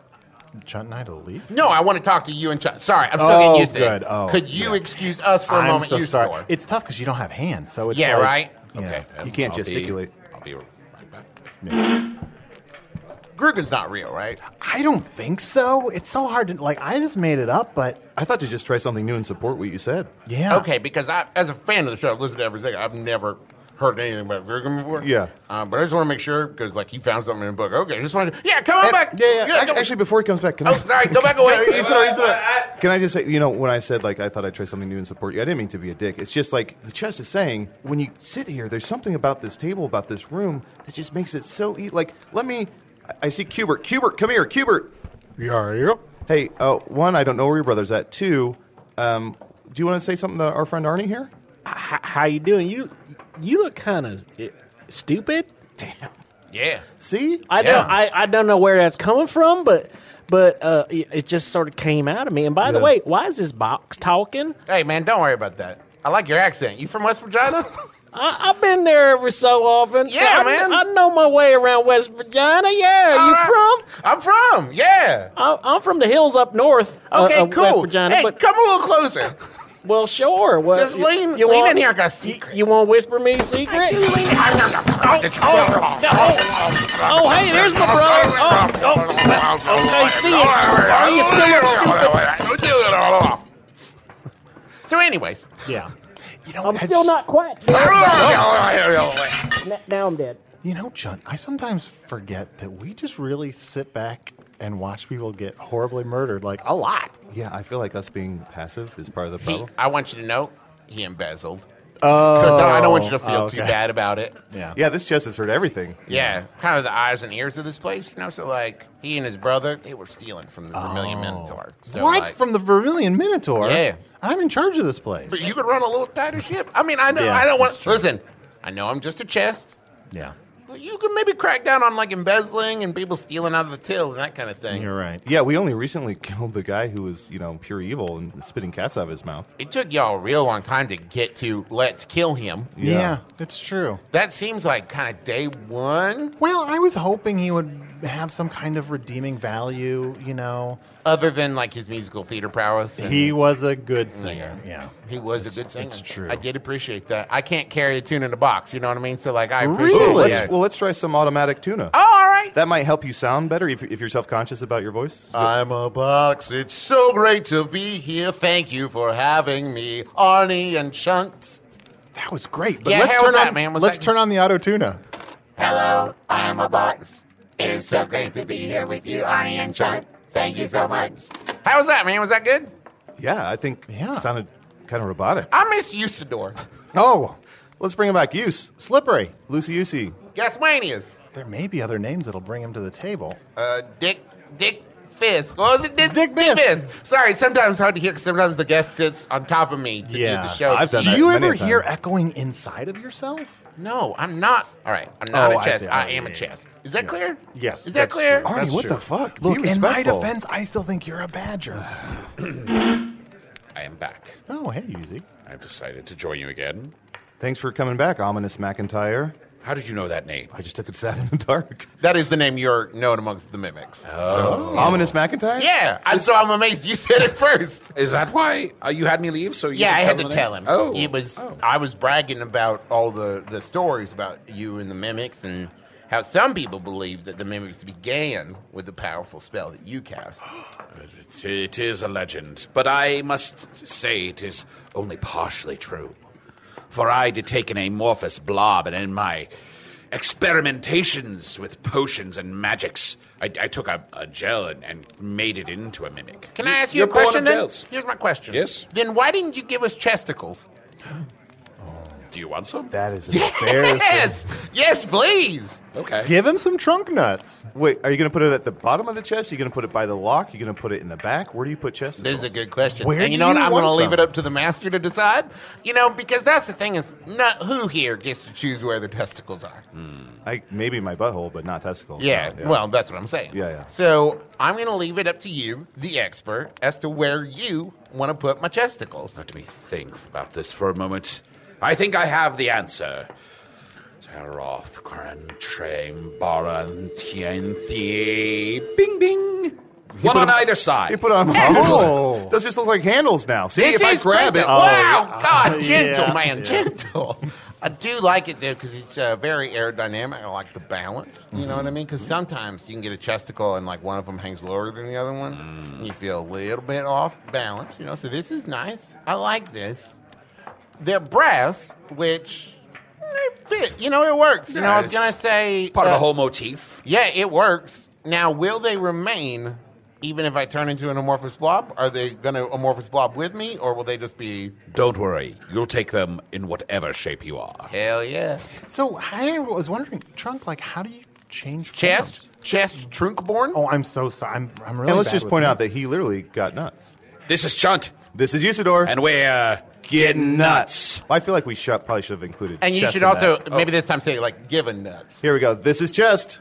S3: Chunt and I, to leave?
S7: No, I want to talk to you and Chuck. Sorry, I'm still
S3: Oh,
S7: getting used to
S3: good.
S7: it.
S3: Oh,
S7: Could you
S3: yeah.
S7: excuse us for a
S3: I'm
S7: moment,
S3: so
S7: Usador?
S3: sorry. It's tough because you don't have hands, so it's
S7: Yeah,
S3: like-
S7: right?
S3: yeah.
S7: Okay.
S5: You can't gesticulate.
S4: Be, I'll be right back.
S7: Grugan's not real, right?
S3: I don't think so. It's so hard to like. I just made it up, but
S5: I thought to just try something new and support what you said.
S3: yeah.
S7: Okay, because I, as a fan of the show, I listen to everything. I've never heard anything about Grugan before.
S5: Yeah.
S7: Uh, but I just want to make sure because, like, he found something in the book. Okay, just want to. Yeah, come on
S5: And-
S7: back.
S5: Yeah, yeah.
S7: go-
S5: Actually, actually, before he comes back, can
S7: Oh,
S5: I?
S7: sorry, go back away.
S5: Yeah, Isidore, Isidore. Can I just say, you know, when I said like I thought I'd try something new and support you, I didn't mean to be a dick. It's just like the chess is saying when you sit here, there's something about this table, about this room that just makes it so e- like. Let me. I- I see Cubert. Cubert, come here, Cubert.
S8: Yeah, yeah.
S5: Hey, uh, one, I don't know where your brother's at. Two, um, do you want to say something to our friend Arnie here?
S8: H- how you doing? You you look kind of stupid. Damn.
S7: yeah.
S5: See,
S8: I
S7: Yeah.
S8: don't I, I don't know where that's coming from, but but uh, it it just sort of came out of me. And by the
S5: Yeah.
S8: way, why is this box talking?
S7: Hey, man, don't worry about that. I like your accent. You from West Virginia?
S8: I, I've been there every so often.
S7: Yeah,
S8: I,
S7: man.
S8: I know my way around West Virginia. Yeah,
S7: All
S8: you
S7: right.
S8: from?
S7: I'm from, yeah.
S8: I, I'm from the hills up north. uh,
S7: Okay,
S8: of
S7: cool.
S8: West Virginia,
S7: hey,
S8: but,
S7: come a little closer.
S8: well, sure. Well,
S7: Just
S8: you-
S7: lean,
S8: you
S7: lean
S8: want-
S7: in here. I got a secret.
S8: You want to whisper me a secret?
S7: oh,
S8: Oh, hey, there's my brother. Oh, oh, okay, see it. Are you still up, stupid?
S7: So, anyways,
S3: Yeah. You know,
S8: I'm
S3: I
S8: still
S3: just-
S8: not quiet.
S7: yeah,
S8: N- Now I'm dead.
S3: You know, Chunt, I sometimes forget that we just really sit back and watch people get horribly murdered, like a lot.
S5: yeah, I feel like us being passive is part of the
S7: he,
S5: problem.
S7: I want you to know he embezzled. Oh, so no, I don't want you to feel
S3: okay.
S7: too bad about it.
S3: Yeah.
S5: yeah, this chess has heard everything.
S7: Yeah, kind of the eyes and ears of this place, you know. So like, he and his brother, they were stealing from the Vermilion Minotaur. So,
S3: Oh. what?
S7: like-
S3: From the Vermilion Minotaur?
S7: Yeah.
S3: I'm in charge of this place.
S7: But you could run a little tighter ship. I mean, I know.
S3: Yeah,
S7: I don't
S3: that's
S7: want.
S3: true.
S7: Listen, I know I'm just a chest.
S3: Yeah.
S7: But you could maybe crack down on like embezzling and people stealing out of the till and that kind of thing.
S3: You're right.
S5: Yeah, we only recently killed the guy who was, you know, pure evil and spitting cats out of his mouth.
S7: It took y'all a real long time to get to let's kill him.
S3: Yeah. it's true.
S7: That seems like kind of day one.
S3: Well, I was hoping he would have some kind of redeeming value, you know.
S7: Other than like his musical theater prowess, and
S3: He was a good singer. Yeah.
S7: he was a good singer.
S3: it's true.
S7: I did appreciate that. I can't carry a tune in a box. You know what I mean? So like, I
S3: Really?
S7: appreciate
S5: Let's,
S7: that.
S5: Well, let's try some automatic tuna.
S7: Oh, all right.
S5: That might help you sound better if, if you're self conscious about your voice.
S7: I'm a box. It's so great to be here. Thank you for having me, Arnie and Chunks.
S3: That was great. But
S7: Yeah,
S3: let's
S7: how
S3: turn
S7: was
S3: on
S7: that, man? Was
S3: let's
S7: that-
S3: turn on the auto tuna.
S6: Hello, I'm a box. It is so great to be here with you, Arnie and John. Thank you so much.
S7: How was that, man? Was that good?
S5: yeah, I think
S3: Yeah.
S5: it sounded kind of robotic.
S7: I miss Usador.
S3: Oh,
S5: Let's bring him back. Use.
S3: slippery.
S5: Lucy Lucy.
S7: Gasmanias.
S3: There may be other names that'll bring him to the table.
S7: Uh, Dick, Dick Fisk. What was it? Dick, Dick Fisk. Sorry, sometimes hard to hear 'cause sometimes the guest sits on top of me to do the show.
S3: I've done
S7: do
S3: that
S7: you
S3: many
S7: ever
S3: a time.
S7: hear
S3: echoing inside of yourself?
S7: No, I'm not. All right, I'm not
S3: Oh,
S7: a
S3: I
S7: chest.
S3: see.
S7: I,
S3: Oh,
S7: am
S3: yeah,
S7: a
S3: yeah.
S7: chest. Is that clear?
S3: Yes.
S7: Is that
S3: that's
S7: clear?
S3: true.
S5: Arnie,
S3: That's
S5: what
S3: true.
S5: the fuck?
S3: Look,
S5: Be
S3: in my
S5: respectful.
S3: defense, I still think you're a badger.
S7: I am back.
S3: oh, hey, Yuzi.
S4: I've decided to join you again.
S5: Thanks for coming back, Ominous McIntyre.
S4: How did you know that name?
S5: I just took a stab in the dark.
S7: That is the name you're known amongst the mimics. So,
S5: Ominous
S4: Oh.
S5: McIntyre?
S7: yeah, I, so I'm amazed you said it first.
S4: Is that why uh, you had me leave? So you
S7: Yeah, I
S4: could
S7: had to
S4: him the
S7: tell
S4: name?
S7: him.
S4: Oh,
S7: it was.
S4: oh.
S7: I was bragging about all the the stories about you and the mimics, and how some people believe that the mimics began with the powerful spell that you cast.
S4: It- it is a legend, but I must say it is only partially true. For I did take an amorphous blob, and in my experimentations with potions and magics, I, I took a, a gel and, and made it into a mimic.
S7: Can I ask you
S4: You're
S7: a question?
S4: born of
S7: Then?
S4: gels.
S7: Here's my question.
S4: Yes?
S7: Then why didn't you give us chesticles?
S4: Do you want some?
S5: That is embarrassing.
S7: Yes, yes, please.
S4: Okay.
S3: Give him some trunk nuts.
S5: Wait, are you going to put it at the bottom of the chest? Are you going to put it by the lock? You're going to put it in the back? Where do you put chest?
S7: This is a good question.
S3: Where
S7: and you
S3: do
S7: know what?
S3: you
S7: I'm going to
S3: want
S7: leave it
S3: them?
S7: up to the master to decide. You know, because that's the thing is, not who here gets to choose where their testicles are.
S5: I, maybe my butthole, but not testicles.
S7: Yeah,
S5: No,
S7: well, that's what I'm saying.
S5: Yeah, yeah.
S7: So I'm going to leave it up to you, the expert, as to where you want to put my chesticles.
S4: Let me think about this for a moment. I think I have the answer. Teroth, Quran, Train, Baran, Tien, Thie, Bing, Bing. One on either side.
S5: You put on.
S3: Oh.
S5: Those just look like handles now. See
S7: This
S5: if I
S7: is
S5: grab
S7: great.
S5: it.
S7: Wow,
S3: Oh,
S7: God,
S3: yeah.
S7: gentle,
S3: Yeah.
S7: man, gentle. I do like it though because it's uh, very aerodynamic. I like the balance. You know what I mean? Because sometimes you can get a chesticle and like one of them hangs lower than the other one, and you feel a little bit off balance. You know, so this is nice. I like this. They're brass, which eh, fit. You know, it works. You know, I was
S4: Yeah,
S7: gonna
S4: it's
S7: say
S4: Part of
S7: uh,
S4: the whole motif.
S7: Yeah, it works. Now, will they remain even if I turn into an amorphous blob? Are they going to amorphous blob with me, or will they just be
S4: Don't worry, you'll take them in whatever shape you are.
S7: hell yeah?
S3: So I was wondering, trunk, like, how do you change
S7: Chest,
S3: forms?
S7: chest, trunkborn.
S3: Oh, I'm so sorry. I'm, I'm really.
S5: And let's
S3: bad
S5: just
S3: with
S5: point
S3: names.
S5: out that he literally got nuts.
S4: This is Chunt,
S5: This is Usador.
S4: and we're getting nuts.
S5: I feel like we should, probably should have included.
S7: and you
S5: chest
S7: should
S5: in
S7: also
S5: that.
S7: maybe this time say like given nuts.
S5: Here we go. This is chest.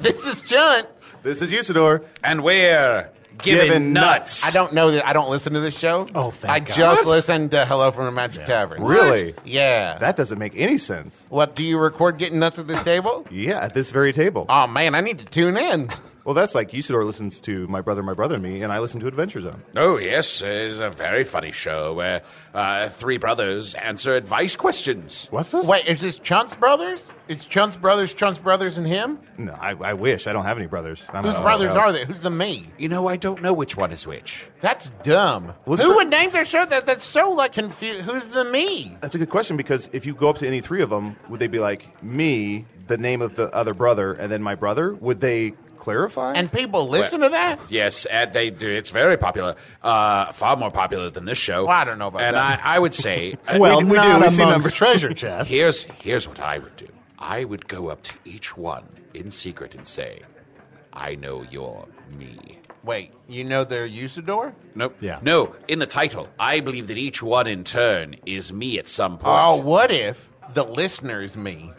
S7: this is John.
S5: This is Usador.
S4: And we're giving,
S5: Giving
S4: nuts.
S7: I don't know that I don't listen to this show.
S3: Oh, thank
S7: I
S3: God.
S7: just listened to Hello from the Magic Tavern.
S5: Really?
S7: Yeah.
S5: That doesn't make any sense.
S7: what do you record getting nuts at this table?
S5: Yeah, at this very table.
S7: Oh man, I need to tune in.
S5: Well, that's like Usador listens to My Brother, My Brother and Me, and I listen to Adventure Zone.
S4: Oh, yes, it's a very funny show where uh, three brothers answer advice questions.
S5: What's this?
S7: Wait, is this Chunt's brothers? It's Chunt's brothers, Chunt's brothers, and him.
S5: No, I, I wish. I don't have any brothers. I'm
S7: Whose
S5: not-
S7: brothers
S5: uh,
S7: are they? Who's the me?
S4: You know, I don't know which one is which.
S7: That's dumb.
S5: Well,
S7: Who
S5: sir-
S7: would name their show that? That's so like confused. Who's the me?
S5: That's a good question because if you go up to any three of them, would they be like me, the name of the other brother, and then my brother? Would they clarify?
S7: And people listen
S4: Well-
S7: to that.
S4: Yes, and they do. It's very popular. Uh, far more popular than this show.
S7: Well, I don't know about
S4: and
S7: that.
S4: I, I would say, uh,
S3: Well,
S5: We- we do.
S3: not
S5: We've seen
S3: amongst
S5: them.
S3: treasure chests.
S4: here's here's what I would do. I would go up to each one in secret and say, "I know you're me."
S7: Wait, you know their Usador?
S4: Nope.
S3: Yeah.
S4: No, in the title, I believe that each one in turn is me at some point.
S7: Oh, what if the listener is me?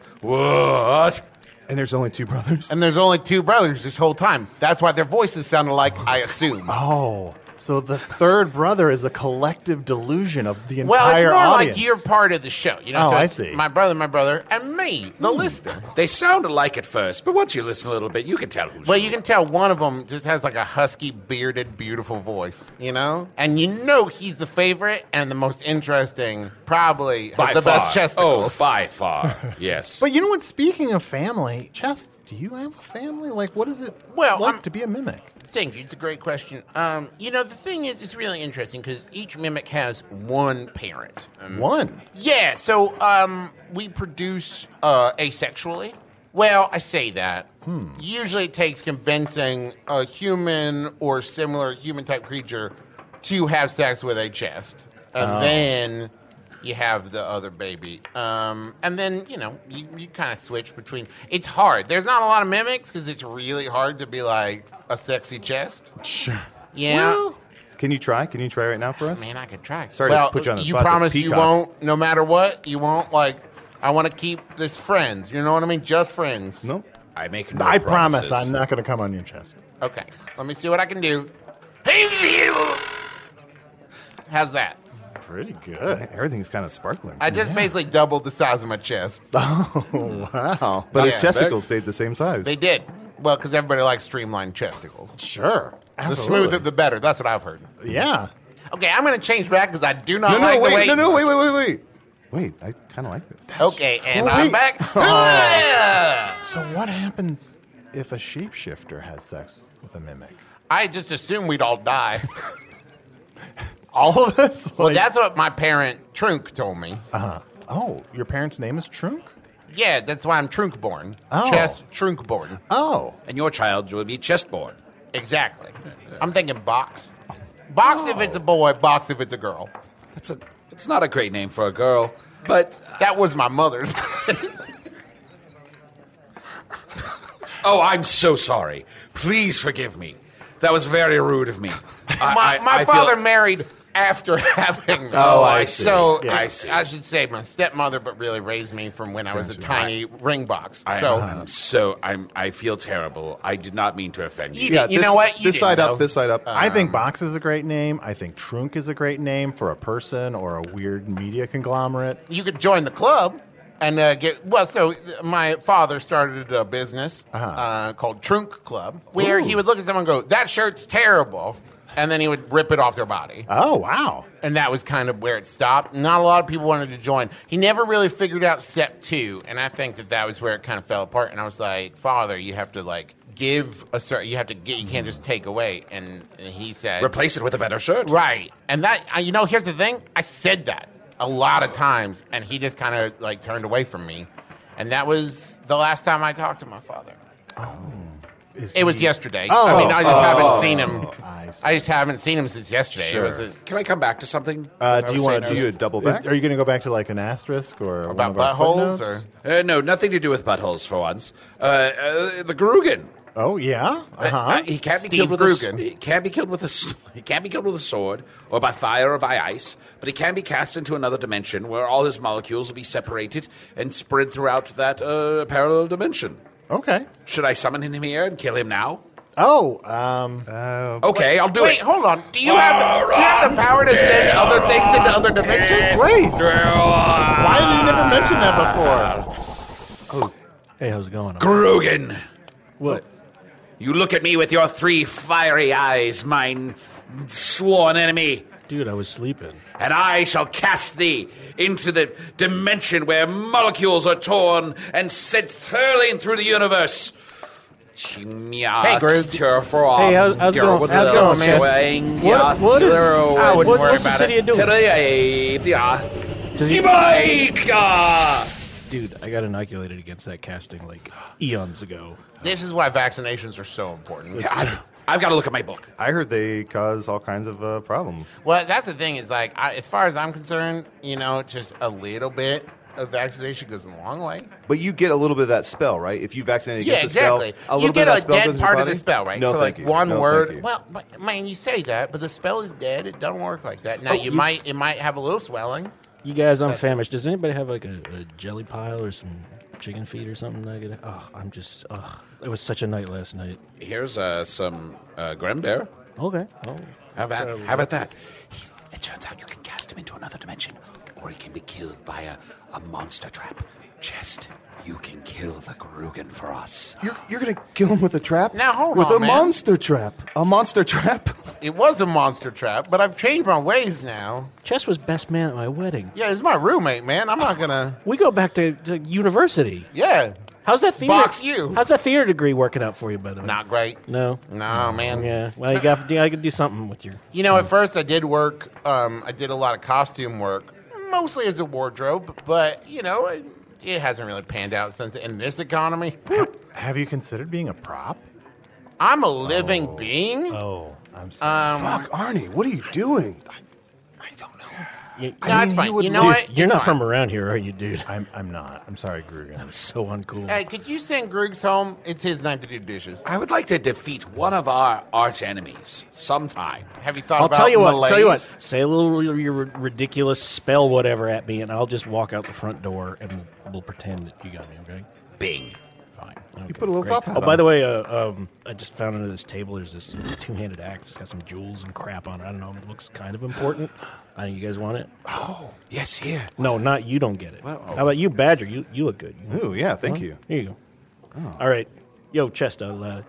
S4: what?
S5: And there's only two brothers.
S7: And there's only two brothers this whole time. That's why their voices sound alike, I assume.
S3: Oh, so the third brother is a collective delusion of the entire
S7: well, it's more
S3: audience.
S7: like you're part of the show. You know,
S3: Oh,
S7: so
S3: I
S7: it's
S3: see. Hmm.
S7: My brother, my brother, and me, the listener.
S4: They sound alike at first, but once you listen a little bit, you can tell who's.
S7: Well,
S4: who.
S7: you can tell one of them just has like a husky, bearded, beautiful voice, you know? And you know he's the favorite and the most interesting, probably has
S4: by
S7: the
S4: far.
S7: best chesticles.
S4: Oh, by far. yes.
S3: But you know what? Speaking of family, Chest, do you have a family? Like, what is it
S7: Well,
S3: like
S7: I'm-
S3: to be a mimic?
S7: Thank you. It's a great question. Um, you know, the thing is, it's really interesting because each mimic has one parent. Um,
S3: One.
S7: Yeah, so um, we produce uh, asexually. Well, I say that. Usually it takes convincing a human or similar human type creature to have sex with a chest. And then you have the other baby. Um, and then, you know, you, you kind of switch between. It's hard. There's not a lot of mimics because it's really hard to be like, a sexy chest.
S5: Sure.
S7: Yeah.
S5: Can you try? Can you try right now for us?
S7: Man, I could try.
S5: Sorry
S7: well,
S5: to put you on the
S7: you
S5: spot. but
S7: promise you
S5: Peacock-
S7: won't, no matter what. You won't like. I want to keep this friends. You know what I mean? Just friends.
S5: No.
S4: I make no
S3: I promise
S4: promises.
S3: I'm not going to come on your chest.
S7: Okay. Let me see what I can do. Hey, you. How's that?
S3: Pretty good.
S5: Everything's kind of sparkling.
S7: I just basically doubled the size of my chest.
S3: Oh, wow.
S5: but his
S7: yeah.
S5: testicles stayed the same size.
S7: They did. Well, because everybody likes streamlined chesticles.
S3: Sure.
S7: The smoother, the better. That's what I've heard.
S3: Yeah.
S7: Okay, I'm going to change back because I do not
S5: no, no,
S7: like
S5: wait,
S7: the way.
S5: no, no, wait, wait, wait, wait. Wait, I kind of like this.
S7: Okay, and
S3: Wait.
S7: I'm back.
S5: Oh.
S3: So what happens if a shapeshifter has sex with a mimic?
S7: I just assumed we'd all die.
S3: All of us?
S7: Well, that's what my parent Trunk told me.
S3: oh, your parents' name is Trunk?
S7: Yeah, that's why I'm Trunk born.
S3: Oh.
S7: Chest Trunk born.
S3: Oh.
S4: And your child will be chestborn.
S7: Exactly. I'm thinking box. Box if it's a boy, box if it's a girl.
S4: That's a. It's not a great name for a girl, but
S7: That was my mother's.
S4: oh, I'm so sorry. Please forgive me. That was very rude of me. I-
S7: my
S4: I-
S7: my
S4: I feel-
S7: father married after having.
S4: Oh, I see.
S7: So
S4: Yeah.
S7: I,
S4: I see.
S7: I should say my stepmother, but really raised me from when I was a tiny ring box.
S4: I,
S7: so
S4: am so I'm. I feel terrible. I did not mean to offend you.
S7: You didn't- you
S5: this,
S7: know what? You
S5: this
S7: didn't
S5: side
S7: know.
S5: up, this side up.
S3: I think Box is a great name. I think Trunk is a great name for a person or a weird media conglomerate.
S7: you could join the club and uh, get well. So th- my father started a business uh called Trunk Club, where he would look at someone and go, "That shirt's terrible," and then he would rip it off their body.
S3: Oh, wow.
S7: and that was kind of where it stopped. Not a lot of people wanted to join. He never really figured out step two, and I think that that was where it kind of fell apart. And I was like, "Father, you have to like give a certain. You have to get. You can't just take away." And, and he said,
S4: Replace it with a better shirt.
S7: Right. And that, uh, you know, here's the thing. I said that a lot of times, and he just kind of like turned away from me. And that was the last time I talked to my father.
S3: Is
S7: It was
S3: he-
S7: yesterday. I mean, I just haven't seen him.
S3: Oh. I see.
S7: I just haven't seen him since yesterday. It
S4: Sure.
S7: was a,
S4: Can I come back to something?
S3: Uh,
S4: that I
S3: do
S4: was
S3: you want
S4: saying
S3: to
S5: do
S4: earlier?
S5: a double
S3: is-
S5: back?
S3: are you going to go back to like an asterisk or
S7: about
S3: one of our
S7: buttholes or
S3: footnotes?
S4: Uh, no, nothing to do with buttholes for once. Uh, uh, the Grugan.
S3: Oh yeah. Uh-huh.
S4: Uh, he can't be
S7: Steve
S4: killed with a, s-
S7: Grugan.
S4: he can't be killed with a s- he can't be killed with a sword or by fire or by ice, but he can be cast into another dimension where all his molecules will be separated and spread throughout that uh, parallel dimension.
S3: okay.
S4: Should I summon him here and kill him now?
S3: Oh, um,
S4: Okay, I'll do
S7: Wait,
S4: it.
S7: hold on. Do you have do you have the power to send other things into other dimensions?
S3: wait. Why did you never mention that before?
S2: Hey, how's it going?
S4: Grugan,
S3: What?
S4: you look at me with your three fiery eyes, mine sworn enemy.
S2: Dude, I was sleeping.
S4: and I shall cast thee into the dimension where molecules are torn and sent hurling through the universe. Hey,
S7: Groot.
S2: Hey, how's- how's it going? How's it going, man? What- what is-
S7: I wouldn't
S2: What-
S7: worry
S2: what's the
S7: about
S2: city
S7: it.
S2: of doing? Dude, I got inoculated against that casting like eons ago.
S7: This is why vaccinations are so important.
S4: I've got to look at my book.
S5: I heard they cause all kinds of uh, problems.
S7: Well, that's the thing is like, I, as far as I'm concerned, you know, just a little bit of vaccination goes a long way.
S5: But you get a little bit of that spell, right? If you vaccinate
S7: Yeah,
S5: against
S7: exactly.
S5: the spell, a little
S7: you
S5: bit
S7: get
S5: of that
S7: a
S5: spell
S7: dead
S5: goes in your
S7: part of
S5: body?
S7: the spell, right?
S5: No,
S7: so
S5: thank
S7: like
S5: you.
S7: one
S5: No, thank
S7: word.
S5: you.
S7: Well, but, man, you say that, but the spell is dead. It doesn't work like that.
S5: Oh,
S7: Now you,
S2: you-
S7: might it might have a little swelling.
S2: You guys, I'm famished. Does anybody have like a, a jelly pile or some chicken feet or something? I could. Oh, I'm just. Oh, it was such a night last night.
S4: Here's uh, some uh, Grim Bear.
S2: Okay. Oh.
S4: Have at, have at that. He's, it turns out you can cast him into another dimension, or he can be killed by a, a monster trap. Chest, you can kill the Grugan for us.
S5: You're, you're gonna kill him with a trap?
S7: Now, hold
S5: with
S7: on,
S5: a
S7: man.
S5: monster trap. A monster trap.
S7: It was a monster trap, but I've changed my ways now.
S2: Chess was best man at my wedding.
S7: Yeah, it's my roommate, man. I'm not gonna.
S2: We go back to, to university.
S7: Yeah,
S2: How's that theater?
S7: Box you.
S2: How's that theater degree working out for you, by the way?
S7: not great.
S2: No.
S7: No, man.
S2: Yeah. Well, you got. I could do something with your.
S7: You know, at first I did work. Um, I did a lot of costume work, mostly as a wardrobe. But you know, it, it hasn't really panned out since in this economy.
S3: Have you considered being a prop?
S7: I'm a living being.
S3: Oh, I'm sorry.
S7: Um,
S5: Fuck, Arnie, what are you doing?
S7: I don't know.
S8: You,
S7: No, it's fine. You know
S8: dude,
S7: what?
S8: You're
S7: It's
S8: not
S7: fine.
S8: from around here, are you, dude?
S3: I'm, I'm not. I'm sorry, Grugan.
S8: I'm so uncool.
S7: Hey, could you send Groogs home? It's his night to do dishes.
S10: I would like to defeat one of our arch enemies sometime.
S7: Have you thought
S8: I'll
S7: about
S8: tell you what. Tell you what.
S7: Malaise?
S8: Say a little r- your ridiculous spell, whatever, at me, and I'll just walk out the front door and we'll pretend that you got me. Okay.
S10: Bing.
S5: You put a little top hat
S8: Oh, by
S5: on.
S8: the way, uh, um, I just found under this table there's this two-handed axe. It's got some jewels and crap on it. I don't know. It looks kind of important. Uh, you guys want it?
S10: Yes, here.
S8: No, not you. Don't get it. How about you, Badger? You you look good. You-
S5: Ooh, yeah, thank you.
S8: Here you go.
S7: Oh.
S8: All right, yo, Chest. I'll uh,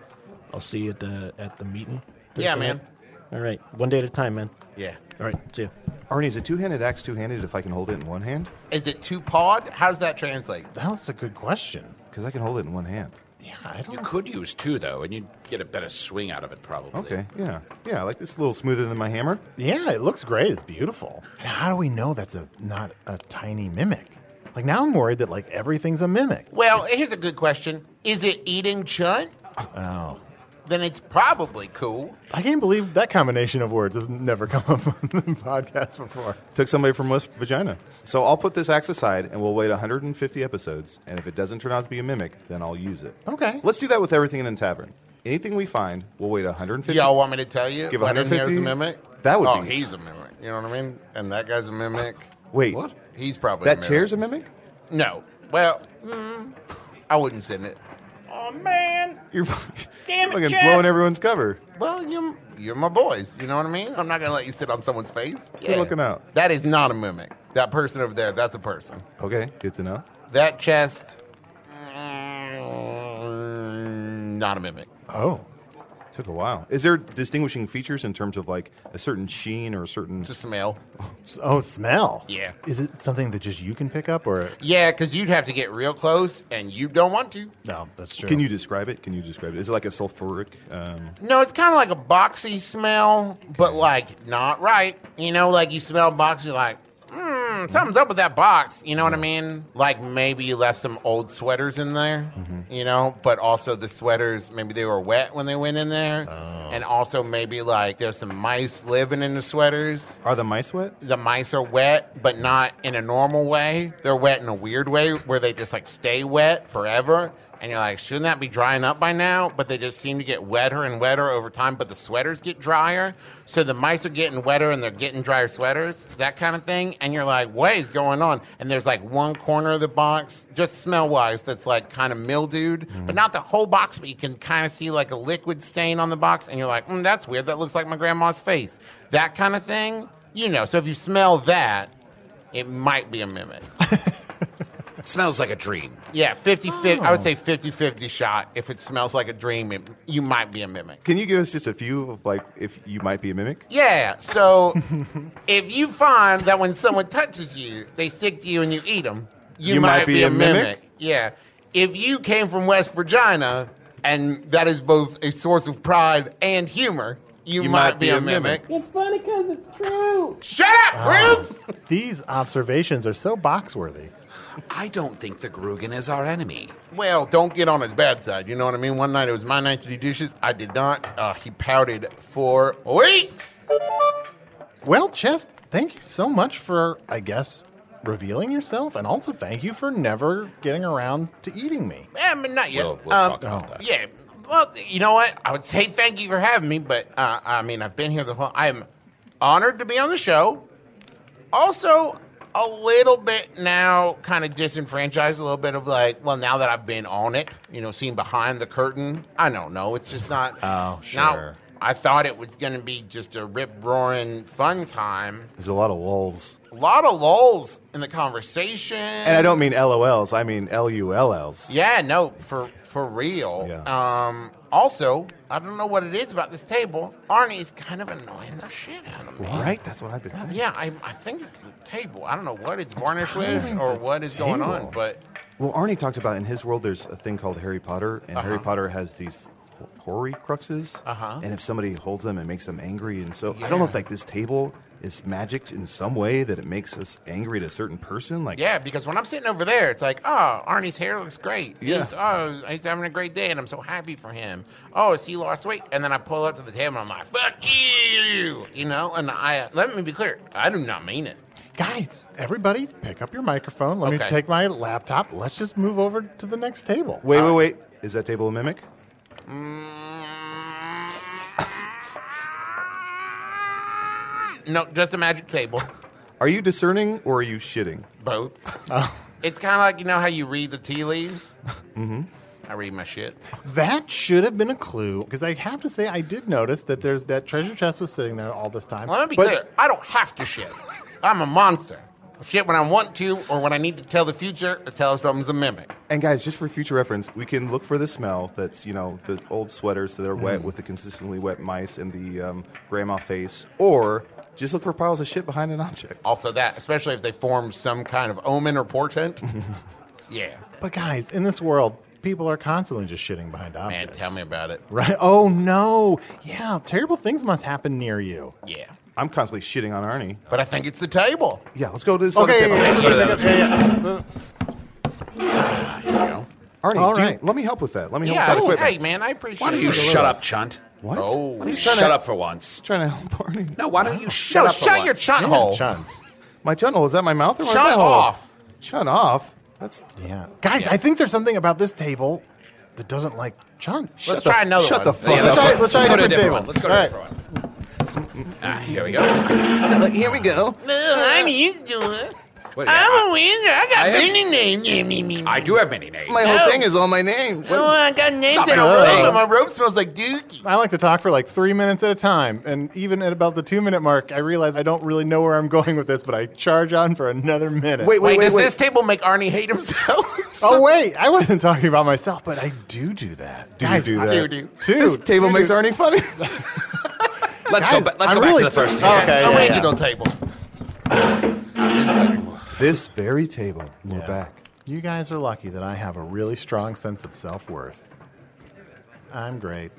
S8: I'll see you at the at the meeting.
S7: Yeah,
S8: Thursday
S7: man.
S8: night. All right, one day at a time, man.
S7: Yeah.
S8: All right, see ya.
S5: Arnie, is a two-handed axe two-handed if I can hold it in one hand?
S7: Is it too pod? How does that translate?
S3: That's a good question.
S5: Because I can hold it in one hand.
S3: Yeah, I don't.
S10: You could use two, though, and you'd get a better swing out of it, probably.
S5: Okay, yeah. Yeah, I like this a little smoother than my hammer.
S3: Yeah, it looks great. It's beautiful. Now, how do we know that's a not a tiny mimic? Like now, I'm worried that like everything's a mimic.
S7: Well, here's a good question. Is it eating chun?
S3: Oh,
S7: Then it's probably cool.
S3: I can't believe that combination of words has never come up on the podcast before.
S5: Took somebody from West Vagina. So I'll put this axe aside and we'll wait 150 episodes. And if it doesn't turn out to be a mimic, then I'll use it.
S3: Okay.
S5: Let's do that with everything in a tavern. Anything we find, we'll wait 150.
S7: Y'all want me to tell you?
S5: Give
S7: what in here is
S5: 150?
S7: a mimic?
S5: That would
S7: oh,
S5: be-
S7: he's a mimic. You know what I mean? And that guy's a mimic.
S5: Wait,
S10: What?
S7: He's probably a
S5: that
S7: mimic.
S5: chair's a mimic?
S7: No. Well, mm, I wouldn't send it. Oh man.
S5: You're
S7: Damn it,
S5: fucking
S7: Jeff.
S5: blowing everyone's cover.
S7: Well, you're you're my boys. You know what I mean? I'm not gonna let you sit on someone's face.
S5: Good looking out.
S7: That is not a mimic. That person over there, that's a person.
S5: Okay, good to know.
S7: That chest, mm, not a mimic.
S3: Oh,
S5: Took a while. Is there distinguishing features in terms of like a certain sheen or a certain.
S7: It's a smell.
S3: S- oh, smell.
S7: Yeah.
S3: Is it something that just you can pick up, or
S7: Yeah, because you'd have to get real close, and you don't want to.
S3: no? That's true.
S5: Can you describe it? Can you describe it? Is it like a sulfuric? Um,
S7: No, it's kind of like a boxy smell, but like not right. You know, like you smell box, you're like, hmm, something's up with that box. You know what I mean? Like maybe you left some old sweaters in there, you know, but also the sweaters, maybe they were wet when they went in there. And also maybe like there's some mice living in the sweaters.
S5: are the mice wet?
S7: The mice are wet, but not in a normal way. They're wet in a weird way where they just like stay wet forever. And you're like, shouldn't that be drying up by now? But they just seem to get wetter and wetter over time, but the sweaters get drier. So the mice are getting wetter and they're getting drier sweaters, that kind of thing. And you're like, what is going on? And there's like one corner of the box, just smell wise, that's like kind of mildewed, but not the whole box, but you can kind of see like a liquid stain on the box. And you're like, mm, that's weird. That looks like my grandma's face. That kind of thing. You know, so if you smell that, it might be a mimic.
S10: It smells like a dream.
S7: Yeah, 50 50. I would say 50 50 shot. If it smells like a dream, it, you might be a mimic.
S5: Can you give us just a few of like if you might be a mimic?
S7: Yeah, so if you find that when someone touches you, they stick to you and you eat them, you, might, be, a, mimic. Yeah. If you came from West Virginia, and that is both a source of pride and humor, you, might, be, a mimic. Oh.
S8: It's funny because it's true.
S7: Shut up, Rubes!
S3: These observations are so box worthy.
S10: I don't think the Grugan is our enemy.
S7: Well, don't get on his bad side. You know what I mean? One night it was my night to do dishes. I did not. Uh, he pouted for weeks.
S3: Well, Chest, thank you so much for, I guess, revealing yourself, and also thank you for never getting around to eating me.
S7: Eh, I mean, not yet.
S10: We'll, we'll
S7: Um,
S10: talk about that.
S7: Yeah. Well, you know what? I would say thank you for having me, but uh, I mean, I've been here the whole. I am honored to be on the show. Also, a little bit now, kind of disenfranchised. A little bit of like, well, now that I've been on it, you know, seen behind the curtain. I don't know. It's just not.
S3: Oh,
S7: not-
S3: sure.
S7: I thought it was going to be just a rip roaring fun time.
S5: There's a lot of lulls.
S7: A lot of lulls in the conversation.
S5: And I don't mean LOLs, I mean LULLs.
S7: Yeah, no, for for real.
S5: Yeah.
S7: Um, also, I don't know what it is about this table. Arnie's kind of annoying the shit out of me.
S5: Right? That's what I've been saying.
S7: Yeah, I, I think it's the table. I don't know what it's varnished with or what is going on,
S5: table.
S7: but
S5: Well, Arnie talked about in his world there's a thing called Harry Potter, and Harry Potter has these hoary cruxes. Uh-huh. And if somebody holds them, it makes them angry. And so I don't know if like this table is magicked in some way that it makes us angry at a certain person. Like
S7: yeah, because when I'm sitting over there, it's like, oh, Arnie's hair looks great.
S5: Yeah.
S7: He's, oh, he's having a great day, and I'm so happy for him. Oh, has he lost weight? And then I pull up to the table, and I'm like, fuck you, you know. And I let me be clear, I do not mean it.
S3: Guys, everybody, pick up your microphone. Let me
S5: Okay.
S3: take my laptop. Let's just move over to the next table.
S5: Wait, wait, wait. Is that table a mimic?
S7: No, just a magic table.
S5: Are you discerning or are you shitting?
S7: Both. It's kind of like you know how you read the tea leaves.
S5: Mm-hmm.
S7: I read my shit.
S3: That should have been a clue because I have to say I did notice that there's that treasure chest was sitting there all this time.
S7: Let me be
S3: But-
S7: clear. I don't have to shit. I'm a monster. Shit when I want to, or when I need to tell the future, or tell if something's a mimic.
S5: And guys, just for future reference, we can look for the smell that's you know the old sweaters that are wet with the consistently wet mice and the um, grandma face, or just look for piles of shit behind an object.
S7: Also, that, especially if they form some kind of omen or portent. yeah.
S3: But guys, in this world, people are constantly just shitting behind
S7: Man,
S3: objects.
S7: tell me about it.
S3: Right? Oh no! Yeah, terrible things must happen near you.
S7: Yeah.
S5: I'm constantly shitting on Arnie.
S7: But I think it's the table.
S5: Yeah, let's go to this
S3: Okay,
S5: other
S3: yeah,
S5: table.
S3: yeah, yeah, yeah, yeah,
S10: Ah,
S3: yeah.
S5: Arnie,
S3: All
S5: do you-
S3: right.
S5: let me help with that. Let me help
S7: Yeah,
S5: with that
S7: oh,
S5: equipment.
S7: hey, man, I appreciate
S10: Why don't
S7: it.
S10: you shut up, Chunt?
S5: What?
S10: Oh, why don't you
S5: Trying
S10: shut
S5: to-
S10: up for once?
S5: Trying to help Arnie.
S10: No, why don't you shut
S7: No,
S10: up? for
S7: shut your
S10: once?
S7: chunt Yeah, hole.
S3: Chunt.
S5: My chun hole is that my mouth or my
S7: Shut
S5: butt hole?
S7: off.
S5: Shut off. That's
S3: yeah. Guys, I think there's something about this table that doesn't like chun.
S7: Let's try another
S5: shut
S7: one.
S5: the fuck
S10: Yeah,
S5: up.
S3: Let's try, let's try
S10: go
S3: a
S10: to a
S3: different
S10: different
S3: table.
S10: one. Let's go
S3: All
S10: to a
S3: right.
S10: different one. Ah, here we go.
S5: Here we go.
S7: I'm used to it.
S10: What do you have?
S7: I'm a wizard. I got
S10: I have-
S7: many names. Yeah, me, me, me.
S10: I do have many names.
S5: My whole thing is all my names.
S7: Oh, I got names
S10: Stop
S7: in
S10: it.
S7: a
S10: Oh.
S7: row, and my robe smells like dookie.
S3: I like to talk for like three minutes at a time, and even at about the two minute mark, I realize I don't really know where I'm going with this, but I charge on for another minute.
S5: Wait, wait,
S7: Wait,
S5: wait,
S7: does
S5: wait.
S7: this table make Arnie hate himself?
S3: Oh wait, I wasn't talking about myself, but I do do that.
S5: Do you
S3: Guys,
S5: do
S3: I-
S5: that?
S7: Do do.
S3: Two.
S5: This table
S3: do
S5: makes
S3: do.
S5: Arnie funny.
S10: Let's
S3: Guys,
S10: go. Ba- let's
S3: I'm
S10: go back
S3: really-
S10: to the first.
S3: Oh,
S10: hand.
S3: okay, yeah, yeah.
S7: Original table.
S5: this very table. We're back.
S3: You guys are lucky that I have a really strong sense of self worth. I'm great.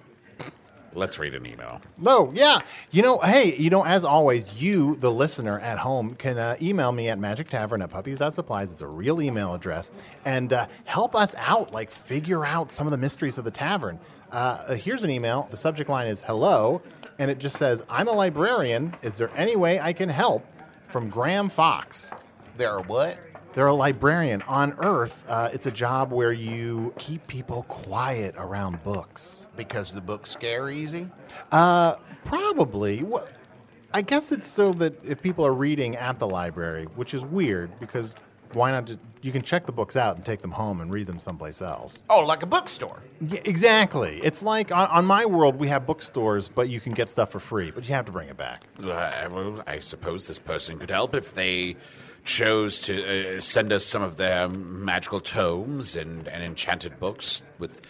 S10: Let's read an email.
S3: No, yeah. You know, hey, you know, as always, you, the listener at home, can uh, email me at magic tavern at puppies.supplies. It's a real email address. And uh, help us out, like figure out some of the mysteries of the tavern. Uh, uh, here's an email. The subject line is hello, and it just says, I'm a librarian. Is there any way I can help? From Graham Fox.
S7: There are what?
S3: They're a librarian on Earth. Uh, it's a job where you keep people quiet around books.
S7: Because the book's scare easy.
S3: Uh, probably. Wha- I guess it's so that if people are reading at the library, which is weird because why not? ju- You can check the books out and take them home and read them someplace else.
S7: Oh, like a bookstore.
S3: Yeah, exactly. It's like on, on my world, we have bookstores, but you can get stuff for free, but you have to bring it back.
S10: Uh, well, I suppose this person could help if they chose to uh, send us some of their magical tomes and, and enchanted books with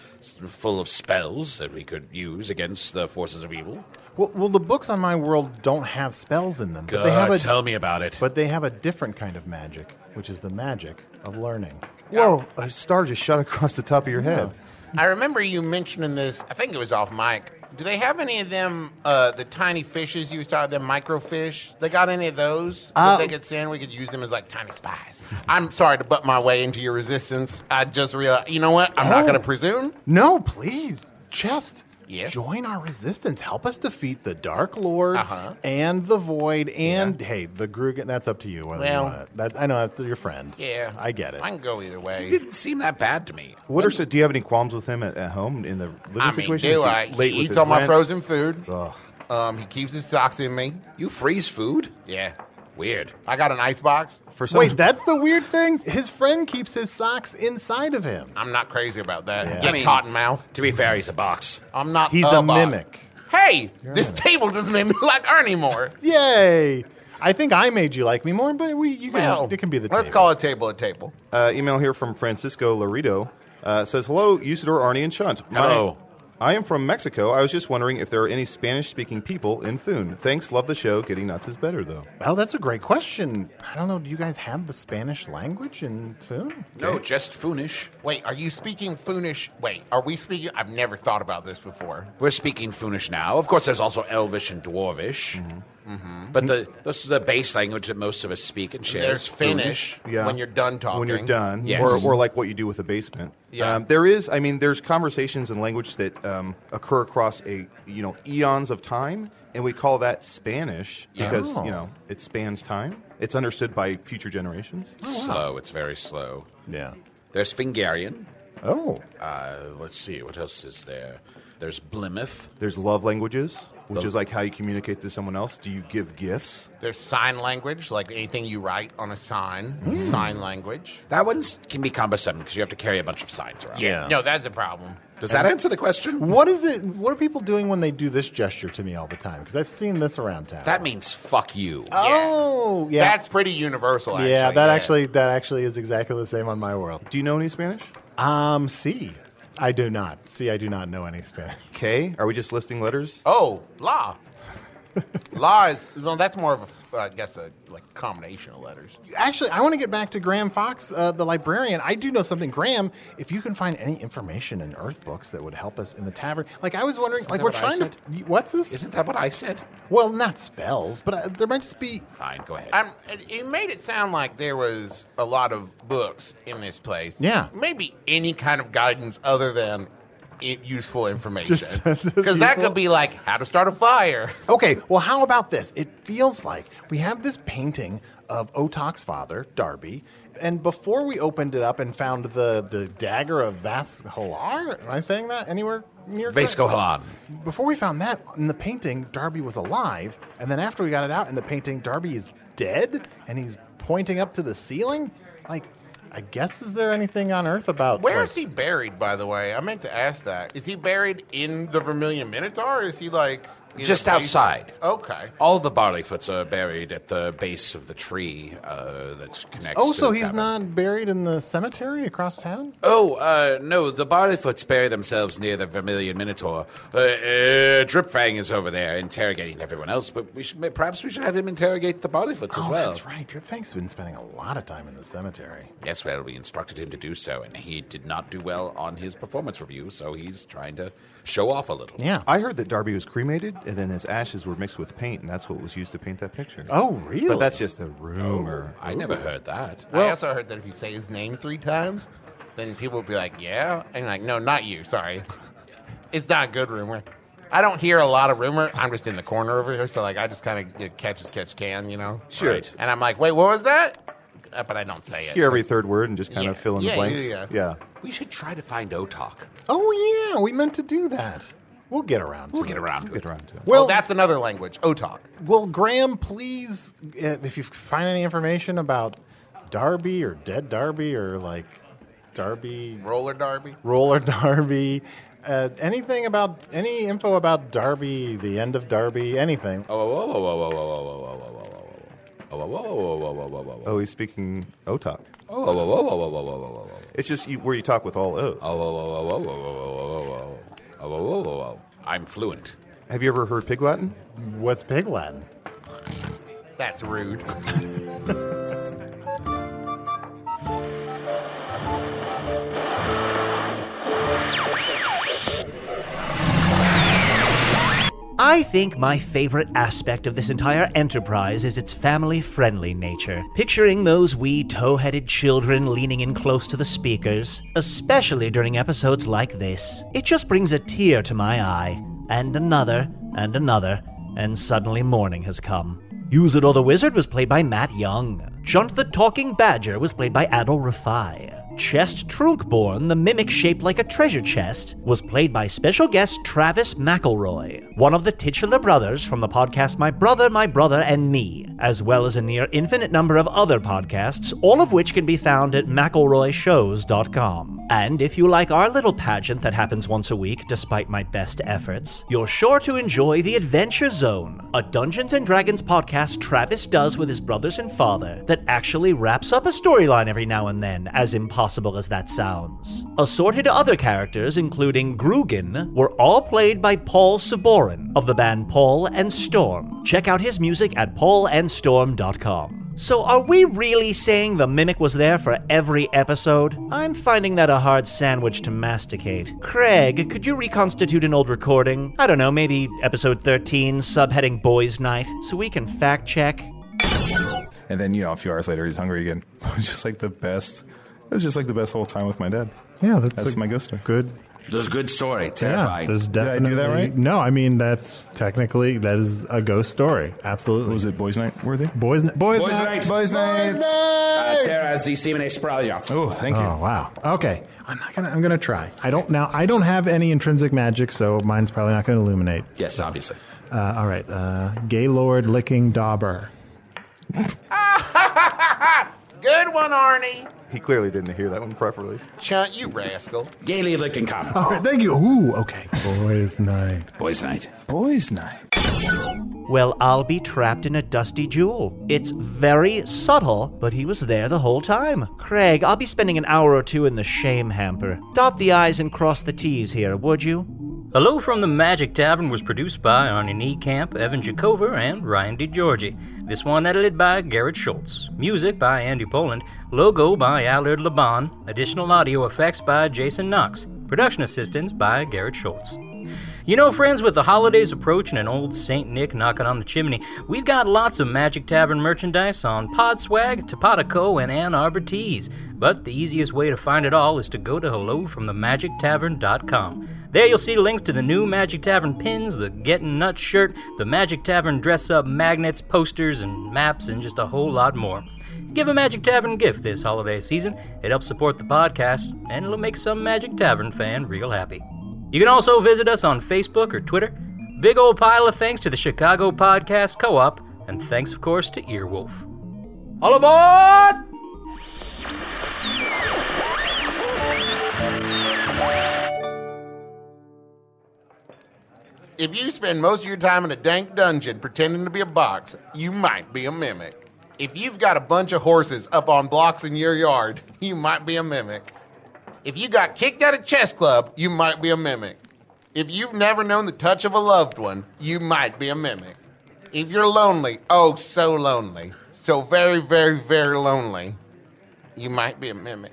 S10: full of spells that we could use against the forces of evil.
S3: Well, well the books on my world don't have spells in them, but
S10: God,
S3: they have a
S10: tell me about it.
S3: but they have a different kind of magic, which is the magic of learning.
S5: Whoa, a star just shot across the top of your head.
S7: I remember you mentioning this. I think it was off mic. Do they have any of them, uh, the tiny fishes you was talking them microfish? They got any of those
S3: Uh,
S7: that they could send? We could use them as like tiny spies. I'm sorry to butt my way into your resistance. I just realized, you know what? I'm not
S3: Oh.
S7: going to presume.
S3: No, please, chest.
S7: Yes?
S3: Join our resistance. Help us defeat the Dark Lord
S7: Uh-huh.
S3: and the Void and hey, the Grugan. That's up to you. Whether
S7: Well-
S3: you want it. That, I know that's your friend.
S7: Yeah.
S3: I get it.
S7: I can go either way.
S10: It didn't seem that bad to me.
S5: What are so? Do you have any qualms with him at, at home in the living
S7: I mean,
S5: situation?
S7: do
S5: Is he
S7: I?
S5: late
S7: He
S5: with
S7: eats
S5: his
S7: all my
S5: rent?
S7: frozen food.
S5: Ugh.
S7: Um, he keeps his socks in me.
S10: You freeze food?
S7: Yeah.
S10: Weird.
S7: I got an ice box.
S5: For some,
S3: Wait, that's the weird thing. His friend keeps his socks inside of him.
S7: I'm not crazy about that. Yeah,
S10: I mean-
S7: cotton mouth.
S10: To be fair, he's a box.
S7: I'm not.
S3: He's a
S7: box.
S3: mimic.
S7: Hey, this table doesn't make me like Ernie more.
S3: Yay! I think I made you like me more, but we you can
S7: Well,
S3: it can be the
S7: Let's
S3: table.
S7: call a table a table.
S5: uh, email here from Francisco Laredo uh, says, "Hello, Usador, Arnie, and Chunt. My-
S10: Hello.
S5: I am from Mexico. I was just wondering if there are any Spanish-speaking people in Foon. Thanks, love the show. Getting nuts is better though.
S3: Well, Oh, that's a great question. I don't know. Do you guys have the Spanish language in film?
S10: No, just foonish.
S7: Wait, are you speaking Foonish? Wait, are we speaking? I've never thought about this before.
S10: We're speaking foonish now. Of course, there's also elvish and dwarvish. But the this is the base language that most of us speak and share.
S7: There's
S10: is
S7: Finnish
S5: Yeah.
S7: when you're done talking.
S5: When you're done,
S10: Yes.
S5: or, or like what you do with the basement.
S7: Yeah.
S5: Um, there is, I mean, there's conversations and language that um, occur across a you know eons of time, and we call that Spanish
S10: Yeah.
S5: because
S10: Oh.
S5: you know it spans time. It's understood by future generations.
S10: Oh, slow. It's very slow.
S3: Yeah.
S10: There's Fingarian.
S3: Oh.
S10: Uh, let's see. What else is there? There's Blimith.
S5: There's love languages, which
S10: Love-
S5: is like how you communicate to someone else. Do you give gifts?
S7: There's sign language, like anything you write on a sign,
S3: Hmm.
S7: is sign language.
S10: That one's can be cumbersome because you have to carry a bunch of signs around.
S7: No, that's a problem.
S10: Does that answer the question?
S3: What is it? What are people doing when they do this gesture to me all the time? Because I've seen this around town.
S10: That means fuck you.
S3: oh, yeah.
S7: That's pretty universal, actually.
S3: yeah, that actually that actually is exactly the same on my world.
S5: Do you know any Spanish?
S3: Um, C. I do not. See, I do not know any Spanish.
S5: K? Are we just listing letters?
S7: Oh, law. law is, well, that's more of a, I guess, a like combination of letters.
S3: Actually, I want to get back to Graham Fox, uh, the librarian. I do know something, Graham. If you can find any information in Earth books that would help us in the tavern, like I was wondering,
S10: Isn't
S3: like
S10: that
S3: we're
S10: what I
S3: trying to. y- What's this?
S10: Isn't that what I said?
S3: well, not spells, but uh, there might just be.
S10: Fine, go ahead.
S7: I'm, it- it made it sound like there was a lot of books in this place.
S3: Yeah.
S7: Maybe any kind of guidance other than i useful information.
S3: Just- just
S7: Because that
S3: useful?
S7: could be like how to start a fire.
S3: Okay, well, how about this? It feels like we have this painting of Otok's father, Darby, and before we opened it up and found the, the dagger of Vas Halar, am I saying that anywhere near? correct?
S10: Vasco Halan.
S3: Before we found that in the painting, Darby was alive, and then after we got it out in the painting, Darby is dead, and he's pointing up to the ceiling. Like, I guess is there anything on Earth about
S7: Where
S3: like-
S7: is he buried, by the way? I meant to ask that. Is he buried in the Vermilion Minotaur? Or is he like. in a
S10: Just
S7: place-
S10: outside.
S7: Okay.
S10: All the barleyfoots are buried at the base of the tree uh, that connects.
S3: Oh,
S10: to
S3: so
S10: the
S3: he's
S10: tavern.
S3: not buried in the cemetery across town?
S10: Oh, uh, no, the Barleyfoots bury themselves near the Vermilion Minotaur. Uh, uh, Dripfang is over there interrogating everyone else, but we should may- perhaps we should have him interrogate the Barleyfoots as
S3: oh,
S10: well.
S3: that's right. Dripfang's been spending a lot of time in the cemetery.
S10: Yes, well, we instructed him to do so, and he did not do well on his performance review, so he's trying to show off a little.
S3: Yeah.
S5: I heard that Darby was cremated, and then his ashes were mixed with paint, and that's what was used to paint that picture.
S3: Oh, really? Oh,
S5: But that's just a rumor.
S10: I never heard that.
S7: I also heard that if you say his name three times, then people will be like, yeah. And you're like, no, not you. Sorry. It's not a good rumor. I don't hear a lot of rumor. I'm just in the corner over here. So, like, I just kind of catch as catch can, you know?
S10: Sure. Right.
S7: And I'm like, wait, what was that? Uh, But I don't say it.
S5: Hear every third word and just kind
S7: Yeah,
S5: of fill in
S7: yeah,
S5: the blanks.
S7: yeah,
S5: yeah.
S10: We should try to find Otok.
S3: Oh, yeah. We meant to do that. We'll get around to
S10: We'll
S3: it.
S10: get around to
S5: Get
S10: it.
S5: around to it.
S7: Well,
S3: Well,
S7: Oh, that's another language, Otok.
S3: Will Graham please, uh, if you find any information about Darby or dead Darby or like Darby
S7: Roller derby.
S3: roller Darby, uh, anything about any info about Darby, the end of Darby, anything?
S10: Oh, whoa, whoa, whoa, whoa, whoa, whoa, whoa, whoa, whoa, whoa, whoa, whoa, whoa, whoa, whoa, whoa, whoa, whoa, whoa,
S5: Oh, he's speaking Otak.
S10: Oh, whoa, whoa, whoa, whoa, whoa, whoa, whoa, whoa, whoa.
S5: It's just you, where you talk with all O's.
S10: Oh, whoa, whoa, whoa, whoa, whoa, whoa, whoa, whoa, whoa, whoa, whoa, whoa, whoa. I'm fluent.
S5: Have you ever heard Pig Latin?
S3: What's Pig Latin?
S7: That's rude.
S1: I think my favorite aspect of this entire enterprise is its family friendly nature. Picturing those wee tow headed children leaning in close to the speakers, especially during episodes like this, it just brings a tear to my eye, and another, and another, and suddenly morning has come. Yuzuru the Wizard was played by Matt Young. Chunt the Talking Badger was played by Adol Rafai. Chest Trunkborn, the mimic shaped like a treasure chest, was played by special guest Travis McElroy, one of the titular brothers from the podcast My Brother, My Brother, and Me, as well as a near infinite number of other podcasts, all of which can be found at McElroyShows.com. And if you like our little pageant that happens once a week, despite my best efforts, you're sure to enjoy The Adventure Zone, a Dungeons and Dragons podcast Travis does with his brothers and father that actually wraps up a storyline every now and then, as impossible as that sounds. Assorted other characters, including Grugan, were all played by Paul Saborin of the band Paul and Storm. Check out his music at paulandstorm.com. So, are we really saying the mimic was there for every episode? I'm finding that a hard sandwich to masticate. Craig, could you reconstitute an old recording? I don't know, maybe episode 13, subheading Boys Night, so we can fact check?
S11: And then, you know, a few hours later, he's hungry again. It was just like the best. It was just like the best whole time with my dad.
S3: Yeah, that's,
S11: That's my ghoster.
S3: good
S12: There's a good story.
S3: Yeah,
S12: Terrifying.
S3: there's definitely.
S12: Did I do that right?
S3: No, I mean that's technically that is a ghost story. Absolutely. Was it Boys Night worthy? Boys, Ni- Boys,
S12: Boys
S3: Night.
S12: night.
S11: Boys night.
S12: Uh, Tara, as the semen Spralia.
S11: Oh, thank
S3: Oh wow. Okay, I'm not gonna. I'm gonna try. I don't now. I don't have any intrinsic magic, so mine's probably not gonna illuminate.
S12: Yes, obviously.
S3: Uh, all right, uh, Gaylord licking dauber.
S7: Good one, Arnie.
S5: He clearly didn't hear that one properly.
S7: Chunt, you rascal.
S12: Gaily Licking Common.
S3: All right, thank you. Ooh, okay. Boys night.
S12: Boys night.
S11: Boys night.
S1: Well, I'll be trapped in a dusty jewel. It's very subtle, but he was there the whole time. Craig, I'll be spending an hour or two in the shame hamper. Dot the I's and cross the T's here, would you?
S2: Hello from the Magic Tavern was produced by Arnie Niekamp, Evan Jakova, and Ryan DiGiorgi. This one edited by Garrett Schultz. Music by Andy Poland. Logo by Allard Laban. Additional audio effects by Jason Knox. Production assistance by Garrett Schultz. You know, friends, with the holidays approaching and old St. Nick knocking on the chimney, we've got lots of Magic Tavern merchandise on Pod Swag, Topotico, and Ann Arbor Tees. But the easiest way to find it all is to go to hellofromthemagictavern.com. There you'll see links to the new Magic Tavern pins, the Getting Nuts shirt, the Magic Tavern dress up magnets, posters, and maps, and just a whole lot more. Give a Magic Tavern gift this holiday season. It helps support the podcast, and it'll make some Magic Tavern fan real happy. You can also visit us on Facebook or Twitter. Big old pile of thanks to the Chicago Podcast Co op, and thanks, of course, to Earwolf. All aboard!
S7: If you spend most of your time in a dank dungeon pretending to be a box, you might be a mimic. If you've got a bunch of horses up on blocks in your yard, you might be a mimic. If you got kicked out of chess club, you might be a mimic. If you've never known the touch of a loved one, you might be a mimic. If you're lonely, oh, so lonely, so very, very, very lonely, you might be a mimic.